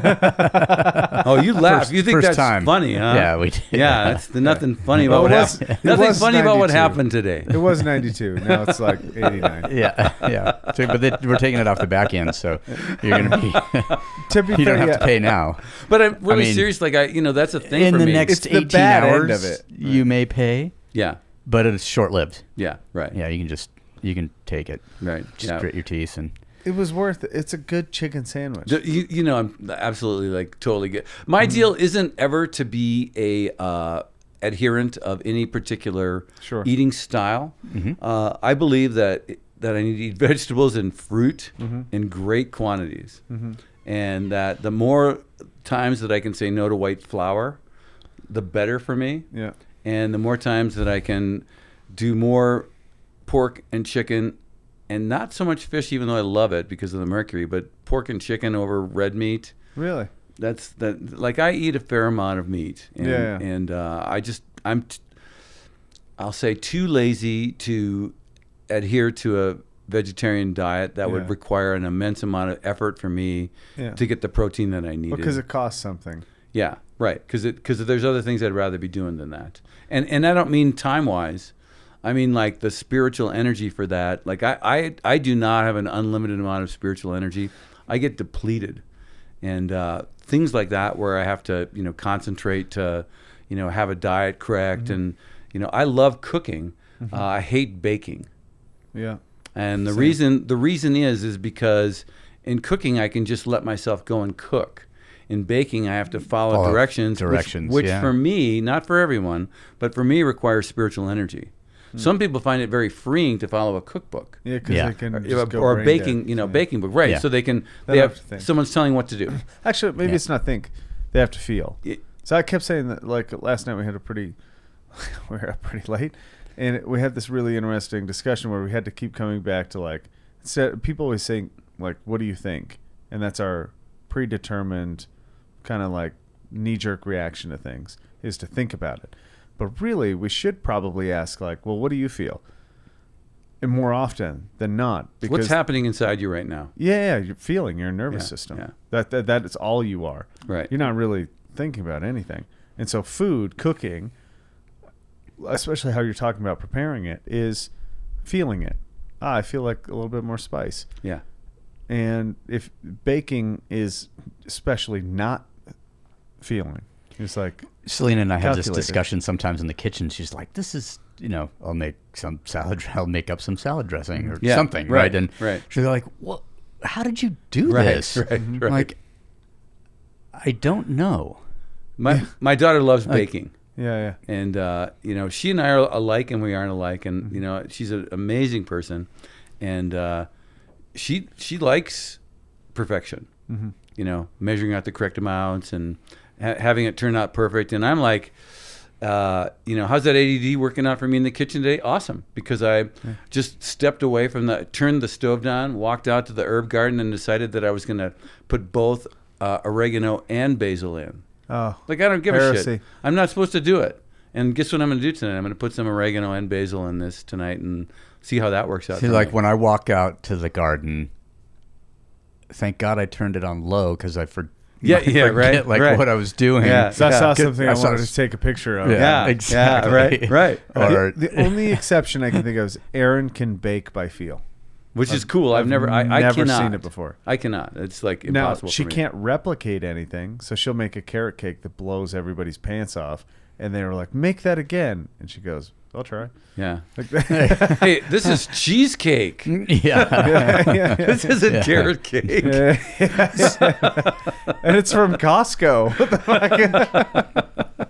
oh, you laugh. First- you think first that's time. funny, huh? Yeah, we did. Yeah, that's the, nothing funny Well, about what it was- happened. it Nothing was funny about what 92. happened today. It was 92. Now it's like 89. Yeah, yeah. So, but they, we're taking it off the back end, so you're gonna be To be you fair, don't have yeah, to pay now. But I'm really mean, serious. Like I, you know, that's a thing In for the me. next It's the 18 bad hours, end of it. you may pay, yeah, but it's short lived. yeah, right, Yeah, you can just you can take it. right. Just yeah. grit your teeth and it was worth it. It's a good chicken sandwich. D- You, you know, I'm absolutely like totally good. My deal isn't ever to be a uh, adherent of any particular Sure. eating style. Uh, I believe that that I need to eat vegetables and fruit in great quantities, and that the more times that I can say no to white flour, the better for me. Yeah. And the more times that I can do more pork and chicken and not so much fish, even though I love it because of the mercury, but pork and chicken over red meat. Really? That's that. Like I eat a fair amount of meat, and, Yeah, yeah. and uh, I just I'm, t- I'll say too lazy to adhere to a vegetarian diet that Yeah. would require an immense amount of effort for me Yeah. to get the protein that I needed. Because it costs something. Yeah, right. Because because there's other things I'd rather be doing than that. And and I don't mean time wise. I mean like the spiritual energy for that. Like I, I I do not have an unlimited amount of spiritual energy. I get depleted, and uh, things like that where I have to you know concentrate to you know have a diet correct and you know I love cooking. Uh, I hate baking. Yeah. And the reason the reason is is because in cooking I can just let myself go and cook. In baking I have to follow Follow directions, which- directions, which, yeah. for me, not for everyone, but for me requires spiritual energy. Hmm. Some people find it very freeing to follow a cookbook. Yeah, because Yeah. they can Or, just go or brain baking, dead. you know, Yeah. baking book, right? Yeah. So they can, They they don't have have to think. someone's telling what to do. Actually, maybe Yeah. it's not think. They have to feel. Y- So I kept saying that. Like last night, we had a pretty, we were up pretty late, and it- we had this really interesting discussion where we had to keep coming back to like, instead, people always say like, "What do you think?" and that's our predetermined kind of like knee-jerk reaction to things is to think about it. But really, we should probably ask like, "Well, what do you feel?" and more often than not. Because, What's happening inside you right now? Yeah, yeah, you're feeling your nervous Yeah, system. yeah. That, that that is all you are. Right. You're not really thinking about anything. And so food, cooking, especially how you're talking about preparing it, is feeling it. Ah, I feel like a little bit more spice. Yeah. And if baking is especially not feeling, it's like Selena and I have this Calculator. discussion sometimes in the kitchen. She's like, "This is, you know, I'll make some salad. I'll make up some salad dressing or Yeah, something, right, right, And right. she's like, "What? How did you do Right, this?" right, I'm right. Like, I don't know. My my daughter loves baking. yeah, yeah. and uh, you know she and I are alike and we aren't alike and you know she's an amazing person and uh, she she likes perfection you know measuring out the correct amounts and ha- having it turn out perfect and I'm like uh, you know how's that ADD working out for me in the kitchen today awesome because I just stepped away from the turned the stove down walked out to the herb garden and decided that I was gonna put both uh, oregano and basil in Oh, like I don't give a shit. Heresy. I'm not supposed to do it. And guess what I'm going to do tonight? I'm going to put some oregano and basil in this tonight and see how that works out. See, for like me. when I walk out to the garden, thank God I turned it on low because I for Yeah, I yeah, right, forget, like right. what I was doing. Yeah. so I saw Good- something I, I saw wanted this- to take a picture of. Uh, Yeah, Yeah, yeah, exactly. right, right. Or The, the only exception I can think of is Aaron can bake by feel. which is cool. I've, never, I, I never cannot. seen it before. I cannot. It's like Now impossible. she for me. can't replicate anything, so she'll make a carrot cake that blows everybody's pants off. And they were like, "Make that again," and she goes, "I'll try." Yeah. Like that. hey, this is cheesecake. yeah. This isn't carrot cake. and it's from Costco. What the fuck?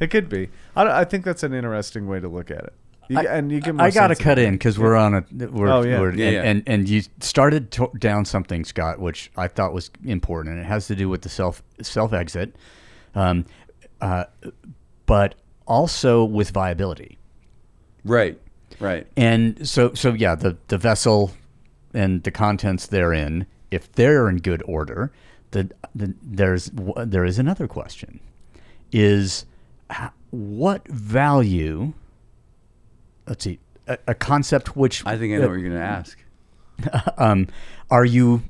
it could be. I, don't- I think that's an interesting way to look at it. You, and you get more I gotta sense of cut it. in because we're on a we're, Oh, yeah. we're- Yeah, and, yeah. and and you started to down something Scott which I thought was important and it has to do with the self self exit um, uh, but also with viability Right. Right. and so so yeah the the vessel and the contents therein if they're in good order the, the there's there is another question is h- what value let's see a, a concept which I think I know what you're going to ask. um, are you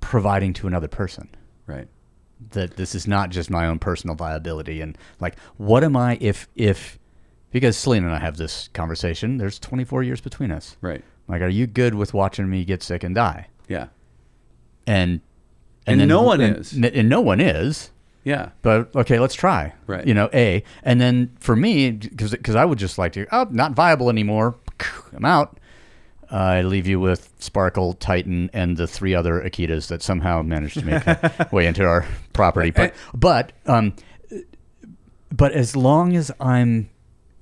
providing to another person Right. that this is not just my own personal viability and like what am i if if because selena and i have this conversation there's 24 years between us Right. like are you good with watching me get sick and die Yeah. and And no one and- is. and no one is Yeah. but okay, let's try. Right. You know, A. And then for me, because I would just like to, oh, not viable anymore. I'm out. I leave you with Sparkle, Titan, and the three other Akitas that somehow managed to make their way into our property. But, but, um, but as long as I'm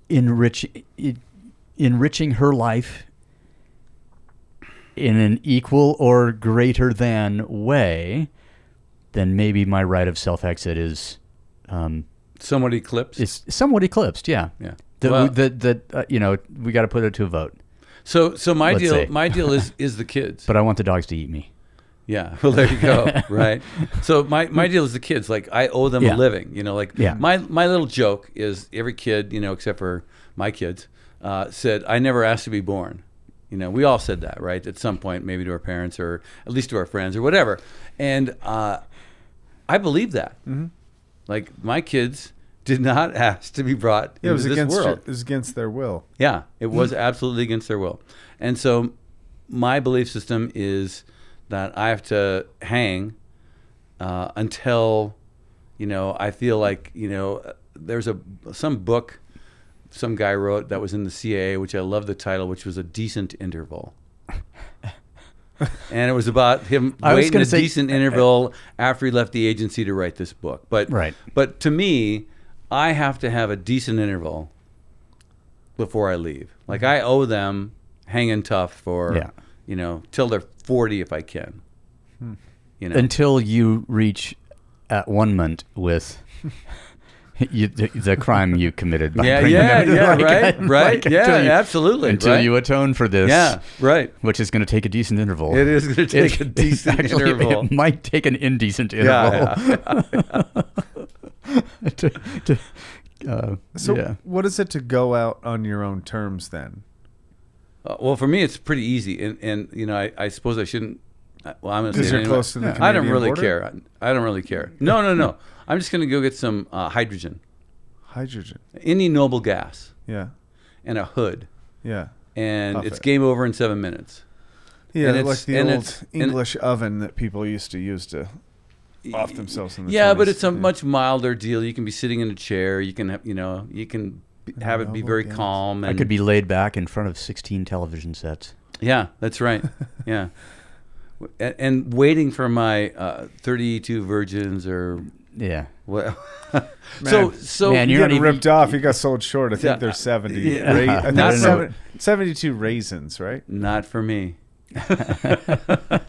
enrich, e, enriching her life in an equal or greater than way, then maybe my right of self exit is um, Somewhat eclipsed. is somewhat eclipsed. Yeah, Yeah. That Well- that that uh, you know we got to put it to a vote. So, so my Let's deal, see. my deal is, is the kids. But I want the dogs to eat me. Yeah. Well, there you go. right. So my, my deal is the kids. Like I owe them Yeah. a living. You know, like Yeah. my my little joke is every kid, you know, except for my kids, uh, said I never asked to be born. You know, we all said that, right? At some point, maybe to our parents or at least to our friends or whatever. And uh, I believe that. Mm-hmm. Like my kids did not ask to be brought Yeah, it was into this against world. it was against their will. Yeah, it Mm. was absolutely against their will. And so my belief system is that I have to hang uh, until, you know, I feel like, you know, uh, there's a some book some guy wrote that was in the CIA, which I love the title, which was a decent interval. and it was about him I was waiting gonna a say- decent interval after he left the agency to write this book. But Right. but to me, I have to have a decent interval before I leave. Like I owe them hanging tough for Mm-hmm. Yeah. you know till they're forty if I can. Hmm. You know, until you reach at one month with you, the, the crime you committed. By Yeah, bringing yeah, them- yeah, right, right. Yeah, until you- absolutely, Until right. you atone for this. yeah, right. Which is going to take a decent interval. It is going to take a decent actually, interval. It might take an indecent interval. Yeah, to, to, uh, So yeah. what is it to go out on your own terms then? Uh, well, for me, it's pretty easy, and and you know, I, I suppose I shouldn't. I- Well, I'm gonna 'Cause say it you're anyway. close to the I don't Canadian really border? care. I, I don't really care. No, no, no. I'm just gonna go get some uh, hydrogen, Hydrogen. any noble gas, Yeah. and a hood, Yeah. and Puff it's it. game over in seven minutes. Yeah, And like it's- the and old it's- and- English oven that people used to use to off themselves in the yeah, but 20s. it's a Yeah. much milder deal. You can be sitting in a chair. You can have, you know, you can b- have it be noble very gas. calm. I And, could be laid back in front of 16 television sets. Yeah, that's right. yeah. W- And, and waiting for my uh, 32 virgins or Yeah. what? so, Man. so Man, You're You're not getting even- ripped off. You got sold short. I think Yeah. there's 70. Yeah. Ra- I think Not it's for- seven- 72 raisins, right? not for me.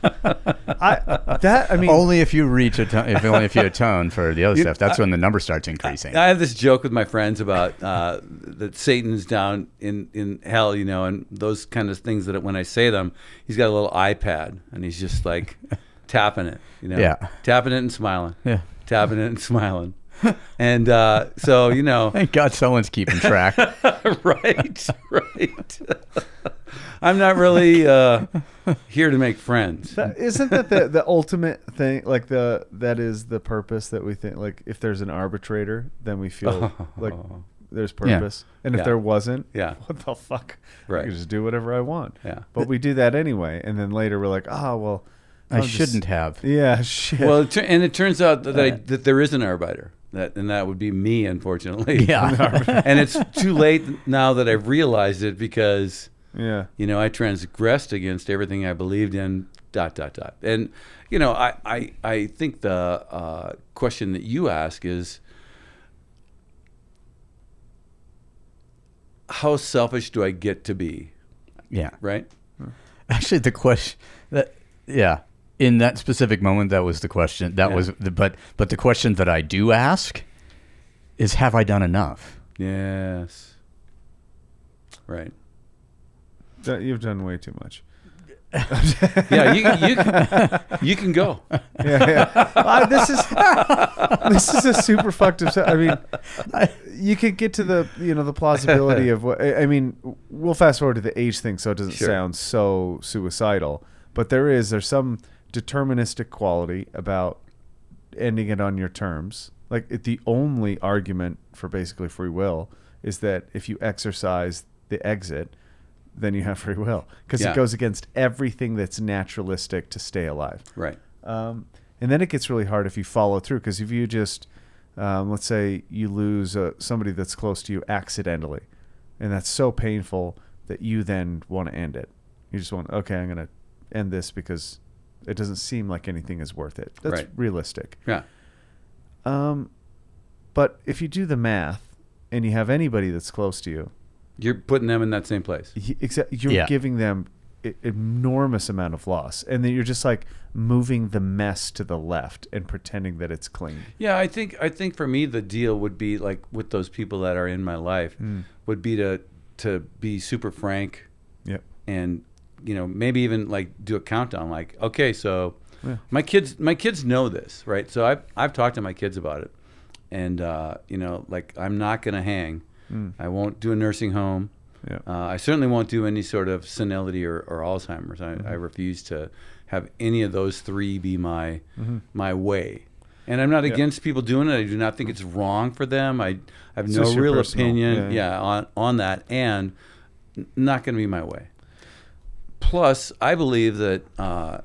I that I mean Only if you reach a ton, if only if you atone for the other stuff. That's when the number starts increasing. I have this joke with my friends about uh, that Satan's down in, in hell, you know, and those kind of things that when I say them, he's got a little iPad and he's just like tapping it, you know, Yeah. tapping it and smiling, Yeah. tapping it and smiling. And uh, so, you know, Thank God someone's keeping track. right, right. I'm not really uh, here to make friends. that, isn't that the, the ultimate thing like the that is the purpose that we think like if there's an arbitrator then we feel like there's purpose and if Yeah. there wasn't Yeah. what the fuck I Right. could just do whatever I want Yeah. but we do that anyway and then later we're like ah well I I'm just- shouldn't have. yeah shit Well, it tur- and it turns out that, I, that there is an arbiter, that, and that would be me, unfortunately. Yeah. and it's too late now that I've realized it because yeah you know I transgressed against everything I believed in. Dot dot dot. And you know I I, I think the uh, question that you ask is how selfish do I get to be, Yeah. right? Actually, the question that yeah, in that specific moment, that was the question. That was the but but the question that I do ask is, have I done enough? Yes. Right. That- you've done way too much Yeah, you you can, you can go. yeah, yeah. Ah, this is this is a super fucked up. se- I mean, you could get to the you know the plausibility of what I I mean. We'll fast forward to the age thing, so it doesn't Sure. sound so suicidal. But there is there's some deterministic quality about ending it on your terms. Like it, the only argument for basically free will is that if you exercise the exit, then you have free will because Yeah. it goes against everything that's naturalistic to stay alive. Right. Um, and then it gets really hard if you follow through because if you just, um, let's say, you lose uh, somebody that's close to you accidentally, and that's so painful that you then want to end it. You just want, okay, I'm going to end this because it doesn't seem like anything is worth it. That's Right. realistic. Yeah. Um, but if you do the math and you have anybody that's close to you, You're putting them in that same place. y- exa- you're Yeah. giving them e- enormous amount of loss and then you're just like moving the mess to the left and pretending that it's clean Yeah, I think I think for me the deal would be like with those people that are in my life would be to to be super frank Yep. and you know maybe even like do a countdown like okay so Yeah. my kids my kids know this right so I've I've talked to my kids about it and uh, you know like I'm not gonna hang Hmm. I won't do a nursing home Yeah. uh, I certainly won't do any sort of senility or, or Alzheimer's. Mm-hmm. I, I refuse to have any of those three be my Mm-hmm. my way. And I'm not against people doing it. I do not think it's wrong for them. I, I have no just your real personal- opinion. yeah, Yeah, yeah. on on that, and n- not going to be my way. Plus, I believe that uh,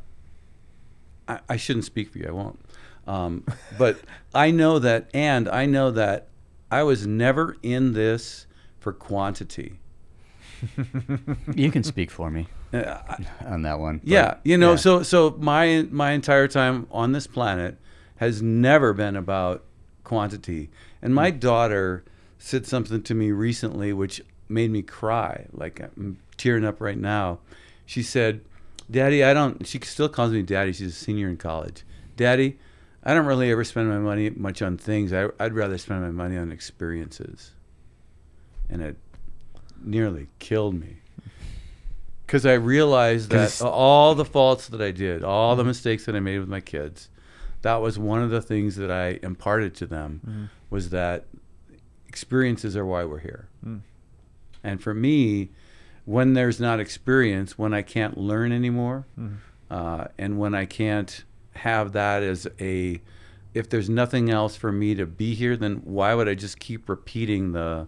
I, I shouldn't speak for you. I won't. Um, but I know that, and I know that I was never in this for quantity. You can speak for me Uh, I- on that one. but- yeah, you know, yeah. so so my my entire time on this planet has never been about quantity. And my daughter said something to me recently which made me cry. Like I'm tearing up right now. She said, "Daddy, I don't." She still calls me daddy. She's a senior in college. Daddy, I don't really ever spend my money much on things. I, I'd rather spend my money on experiences. And it nearly killed me because I realized that all the faults that I did, all the mistakes that I made with my kids, that was one of the things that I imparted to them was that experiences are why we're here. And for me, when there's not experience, when I can't learn anymore, uh, and when I can't have that as a, if there's nothing else for me to be here, then why would I just keep repeating the,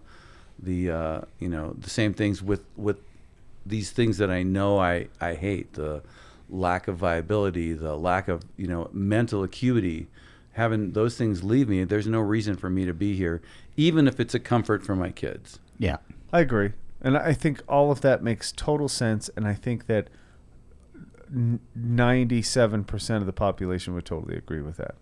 the uh, you know the same things with with these things that I know I I hate the lack of viability, the lack of you know mental acuity, having those things leave me. There's no reason for me to be here, even if it's a comfort for my kids. Yeah. I agree. And I think all of that makes total sense. And I think that n- 97% of the population would totally agree with that.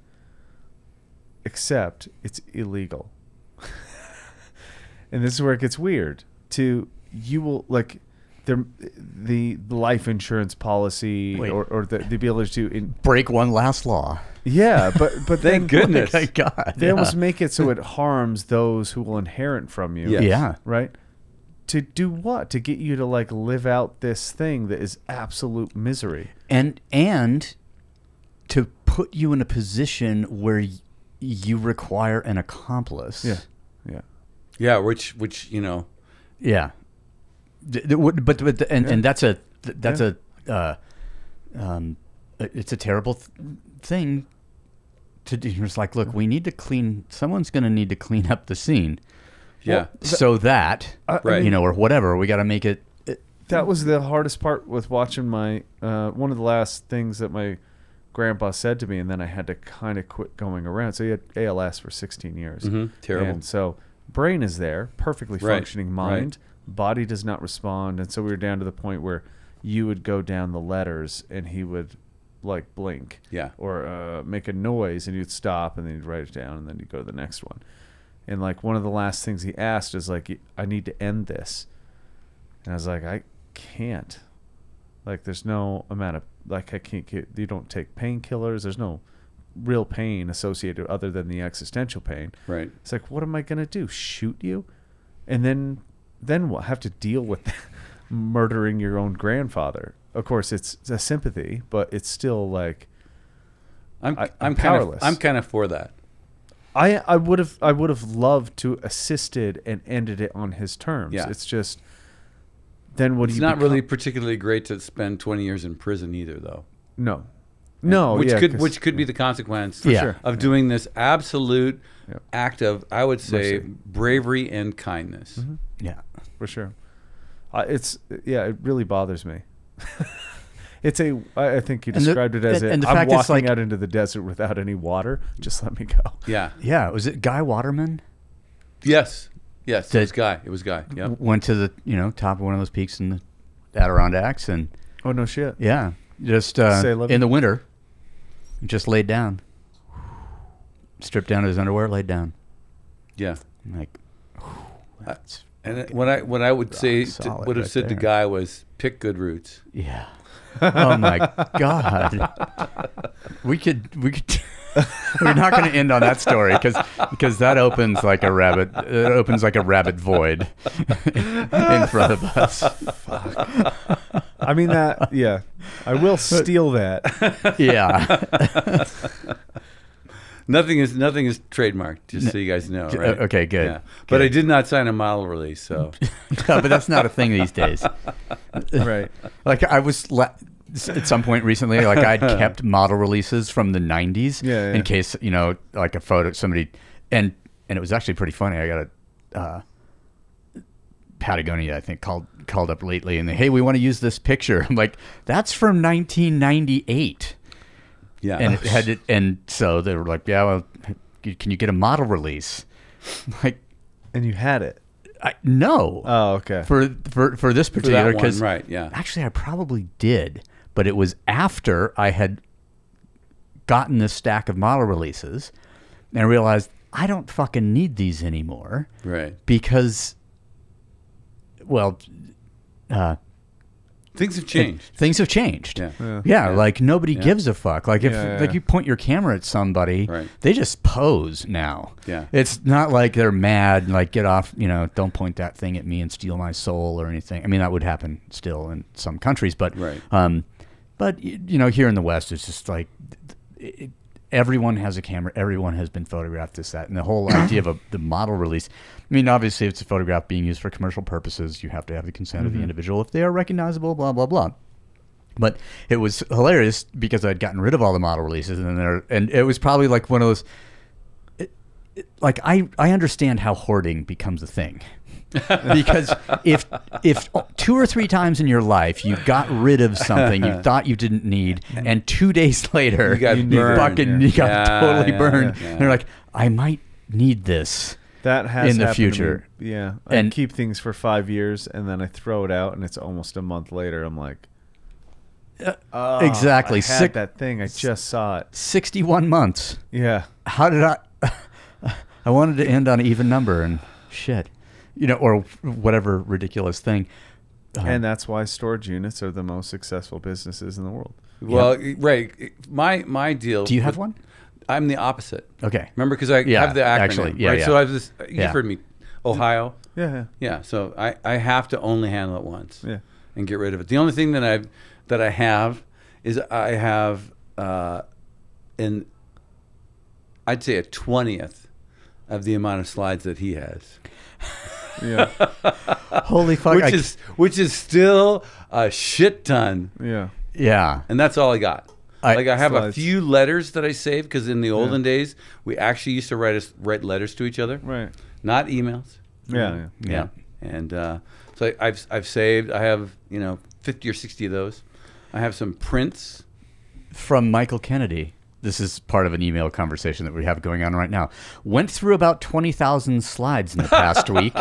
Except it's illegal. and this is where it gets weird. To you will, like, the, the life insurance policy Wait. or, or the, the ability to. In, Break one last law. yeah, but, but Thank then- goodness. Thank God. They yeah. almost make it so it harms those who will inherit from you Yes. yeah. right? To do what? To get you to like live out this thing that is absolute misery. and and to put you in a position where y- you require an accomplice. Yeah. Yeah, which which you know Yeah. Th- th- what- But, but and, and that's a th- that's Yeah. a uh, um, it- it's a terrible th- thing to do. It's like, look, we need to clean. Someone's going to need to clean up the scene. yeah so that I- I Right. you know, or whatever. We got to make it. uh, it- That was the hardest part with watching my uh, one of the last things that my grandpa said to me, and then I had to kind of quit going around. So he had ALS for 16 years. Mhm. Terrible. And so brain is there, perfectly Right. functioning mind, body does not respond, and so we were down to the point where you would go down the letters, and he would like blink. yeah or uh, make a noise and you'd stop and then you'd write it down and then you'd go to the next one and like one of the last things he asked is like i need to end this and i was like i can't like there's no amount of like i can't get you don't take painkillers there's no real pain associated other than the existential pain right it's like what am i going to do shoot you and then then we'll have to deal with murdering your own grandfather of course it's, it's a sympathy but it's still like I'm I, I- am I'm kind of powerless. I'm kind of for that I I would have I would have loved to assisted and ended it on his terms. Yeah. It's just then what do it's you not become? really particularly great to spend 20 years in prison either though no no which Oh, yeah, could 'cause- which could be the consequence For Yeah. sure. of doing this absolute Yeah. act of I would say Mercy. bravery and kindness yeah. for sure. I, it's yeah it really bothers me. it's a I I think you And the- described it as and- a, and the I'm fact walking it's like- out into the desert without any water. Just let me go. yeah Yeah. Was it Guy Waterman? yes yes The- it was guy it was guy Um, yeah Went to the you know top of one of those peaks in the Adirondacks and Oh no shit. Yeah, just uh, Say love in you. the winter, just laid down, stripped down to his underwear, laid down. yeah I'm like, that's and it- what I what I would say Rock to, solid would have right said to there. guy was pick good routes yeah. oh my god. We could we could. We're not going to end on that story because that opens like a rabbit. It opens like a rabbit void in front of us. I mean that yeah. I will steal that. Yeah. Nothing is nothing is trademarked. Just so you guys know, right? okay, good. Yeah. But I did not sign a model release, so but that's not a thing these days. right. Like I was la- s- at some point recently, like I'd kept model releases from the '90s Yeah, yeah. in case you know, like a photo somebody, and and it was actually pretty funny. I got a uh, Patagonia, I think, called called up lately, and they, hey, we want to use this picture. I'm like, that's from 1998, yeah. and it had it, and so they were like, yeah, well, can you get a model release? I'm like, And you had it. I, no, Oh okay. for for for this For that particular one, because right? Yeah. Actually, I probably did, but it was after I had gotten this stack of model releases and I realized I don't fucking need these anymore Right. because, well, uh, Things have changed. things have changed. Yeah. Yeah. Yeah, like nobody gives a fuck. Like if Yeah, yeah, like yeah. you point your camera at somebody, Right. they just pose now. Yeah. It's not like they're mad and like get off, you know, don't point that thing at me and steal my soul or anything. I mean, that would happen still in some countries, but Right. um but y- you know, here in the West it's just like it, everyone has a camera. Everyone has been photographed. This that and the whole idea of a, the model release. I mean, obviously, if it's a photograph being used for commercial purposes. You have to have the consent of the individual if they are recognizable. Blah blah blah. But it was hilarious because I'd gotten rid of all the model releases, and then there, and it was probably like one of those. it- it- Like I, I understand how hoarding becomes a thing, because if if two or three times in your life you got rid of something you thought you didn't need, and two days later You got burned. fucking you got Yeah, totally yeah, burned, yeah. and you're like, I might need this. That has in the happened to me. future. Yeah, I And- keep things for five years and then I throw it out, and it's almost a month later. I'm like, Uh, "Oh, exactly. I had Sick- that thing. I just saw it. Sixty-one months. Yeah, how did I? I wanted to end on an even number and shit, you know, or whatever ridiculous thing. Um, Uh-huh. and that's why storage units are the most successful businesses in the world. Well, right. My my deal. Do you have one? with- I'm the opposite. Okay. Remember, because I Yeah, have the acronym. actually, yeah, right? yeah. So I have this. You've Yeah. heard me, Ohio. Yeah, yeah. Yeah. So I, I have to only handle it once. Yeah. And get rid of it. The only thing that I that I have is I have uh, an I'd say a twentieth of the amount of slides that he has, Yeah, Holy fuck! which I- is which is still a shit ton. yeah. yeah. and that's all I got. I- like I have Slides. a few letters that I saved because in the olden days we actually used to write us write letters to each other, Right. Not emails. Yeah, yeah. Yeah. and uh, so I, I've I've saved. I have you know fifty or sixty of those. I have some prints. From Michael Kennedy. This is part of an email conversation that we have going on right now. Went through about twenty thousand slides in the past week.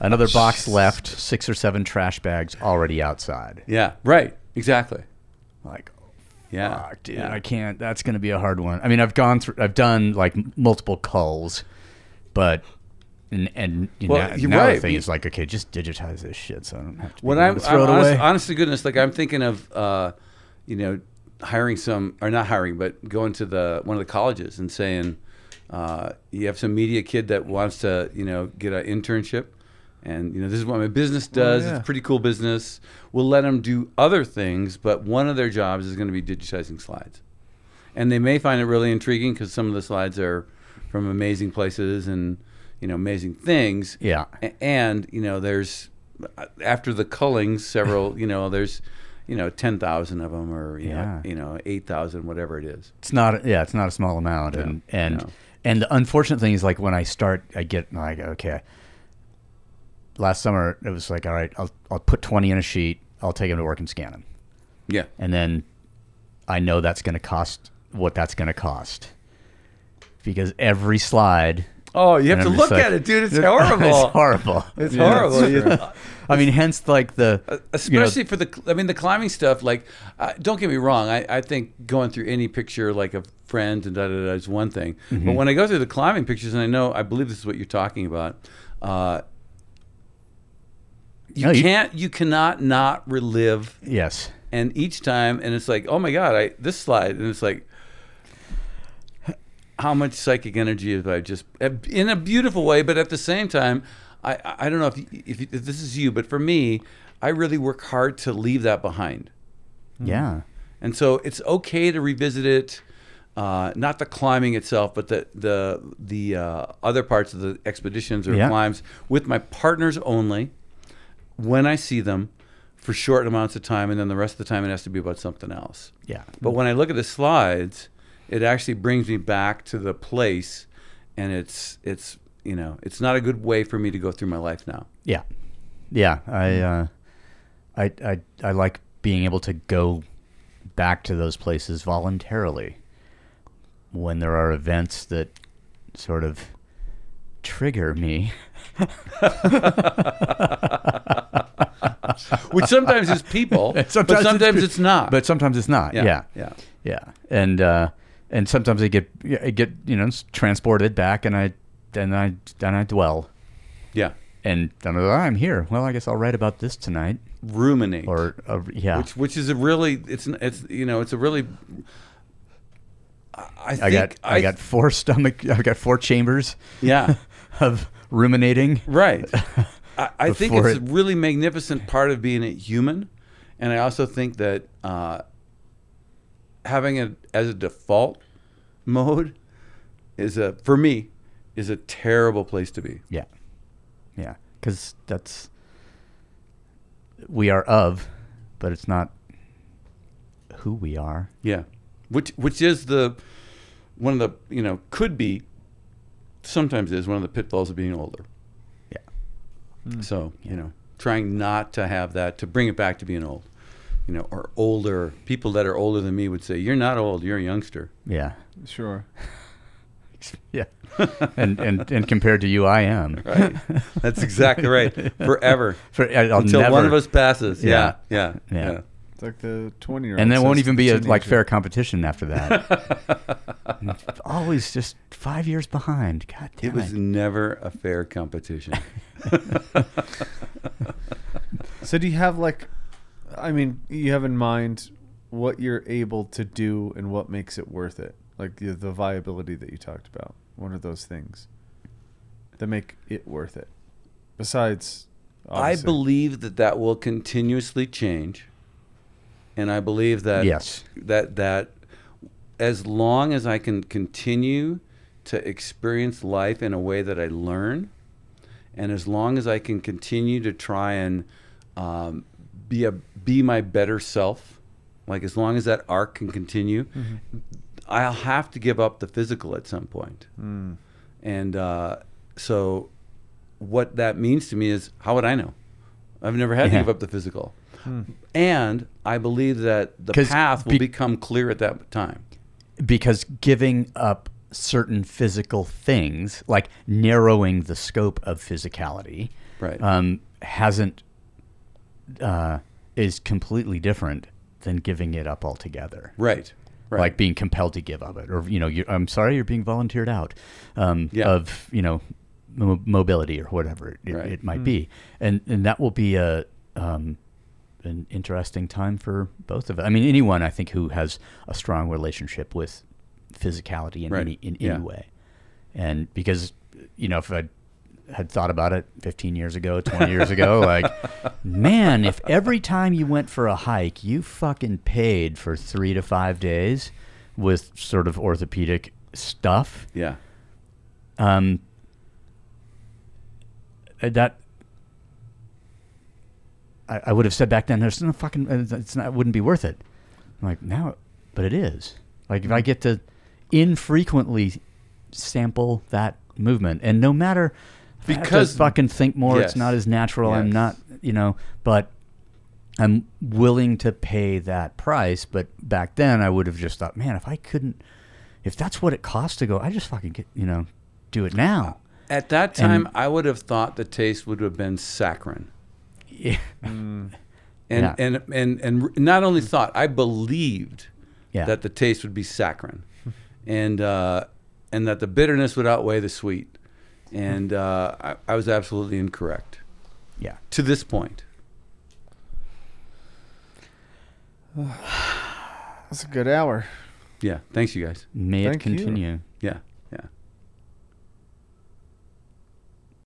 Another box left. Six or seven trash bags already outside. Yeah, right, exactly. Like, Yeah, fuck, dude, yeah. I can't. That's going to be a hard one. I mean, I've gone through, I've done like m- multiple culls, but and and you Well, know, you're now the right. thing You- is like, okay, just digitize this shit, so I don't have to. What be I'm, able to throw I'm it honest, away. honest to goodness, like I'm thinking of, uh, you know, hiring some or not hiring, but going to the one of the colleges and saying, uh, you have some media kid that wants to, you know, get an internship, and you know, this is what my Oh, business does. yeah. It's a pretty cool business. We'll let them do other things, but one of their jobs is going to be digitizing slides, and they may find it really intriguing because some of the slides are from amazing places and you know amazing things. Yeah. A- and you know there's after the cullings several you know there's you know 10,000 of them or you Yeah. know you know 8,000 whatever it is it's not yeah it's not a small amount and and no. and the unfortunate thing is like when i start i get like okay last summer it was like all right i'll, I'll put 20 in a sheet i'll take them to work and scan them yeah and then I know that's going to cost what that's going to cost because every slide. oh you have And to I'm just look like- at it dude it's horrible It's horrible. It's Yeah, horrible. uh, that's true. I mean, hence like the you know, especially for the i mean the climbing stuff like uh, don't get me wrong I, I think going through any picture like of friends and da da da is one thing Mm-hmm. but when i go through the climbing pictures and i know i believe this is what you're talking about uh, you No, you- can't you cannot not relive yes. and each time and it's like oh my god i this slide and it's like how much psychic energy have i just eh, in a beautiful way but at the same time i i I don't know if you- if, you- if this is you but for me i really work hard to leave that behind Mm-hmm. Yeah. and so it's okay to revisit it uh, not the climbing itself, but the the the uh, other parts of the expeditions or Yeah. climbs with my partners only, when I see them, for short amounts of time, and then the rest of the time it has to be about something else. Yeah. But when I look at the slides, it actually brings me back to the place, and it's it's you know it's not a good way for me to go through my life now. Yeah. Yeah. I, Mm-hmm. uh, I, I, I like being able to go back to those places voluntarily when there are events that sort of trigger me. Which sometimes is people, but sometimes it's, not. But sometimes it's not. yeah, yeah. yeah. Yeah, and uh, and sometimes I get I get you know transported back, and I then I then I dwell, yeah. and then I'm, like, "Ah, I'm here. Well, I guess I'll write about this tonight, Ruminate. or uh, yeah, which which is a really it's an- it's you know it's a really I I think I got I, got th- four stomach, I've got four chambers yeah of ruminating. right I, I think Before it's it- a really magnificent part of being a human and I also think that uh, having it as a default mode is a for me is a terrible place to be. Yeah. Yeah. Because that's. We are of, but it's not who we are. Yeah, which which is the one of the you know could be sometimes is one of the pitfalls of being older. Yeah. So you know, trying not to have that to bring it back to being old. You know, or older people that are older than me would say, "You're not old. You're a youngster." Yeah. Sure. Yeah. and, and, and compared to you, I am. Right. That's exactly right. Forever. For, I- I'll Until never, one of us passes. Yeah. Yeah. Yeah. Yeah. It's like the 20 year old. And there won't says even be a like teenager. fair competition after that. It's always just five years behind. God damn it. It was never a fair competition. So do you have like, I mean, you have in mind what you're able to do and what makes it worth it, like the, the viability that you talked about. One of those things that make it worth it. Besides, I obviously- believe that that will continuously change, and I believe that Yes. that that as long as I can continue to experience life in a way that I learn, and as long as I can continue to try and um, be a be my better self, like as long as that arc can continue, I'll have to give up the physical at some point, and uh, so what that means to me is how would I know? I've never had Yeah. to give up the physical. And I believe that the 'Cause path will be- become clear at that time. because giving up certain physical things, like narrowing the scope of physicality, Right. um, hasn't uh, is completely different than giving it up altogether. Right. Right. Like being compelled to give up it, or you know, you I'm sorry, you're being volunteered out um, Yeah. of you know mo- mobility or whatever it, it, Right. it might be, and and that will be a um, an interesting time for both of us. I mean, anyone I think who has a strong relationship with physicality in Right. any in Yeah. any way, and because you know if I had thought about it 15 years ago, 20 years ago, like man, if every time you went for a hike, you fucking paid for 3 to 5 days with sort of orthopedic stuff, yeah. um that I, I would have said back then there's no fucking uh, it's not it wouldn't be worth it I'm like now but it is like if i get to infrequently sample that movement and no matter if I have to Because- fucking think more it's yes. not as natural i'm Yes. not you know but i'm willing to pay that price but back then i would have just thought man if i couldn't if that's what it costs to go i just fucking get you know do it now At that time, I would have thought the taste would have been saccharine. yeah And, Yeah. Mm. and, and, and not only thought, I believed Yeah. that the taste would be saccharine and, uh, and that the bitterness would outweigh the sweet. And uh, I, I was absolutely incorrect yeah to this point. That's a good hour. Yeah. Thanks, you guys. may Thank it you. continue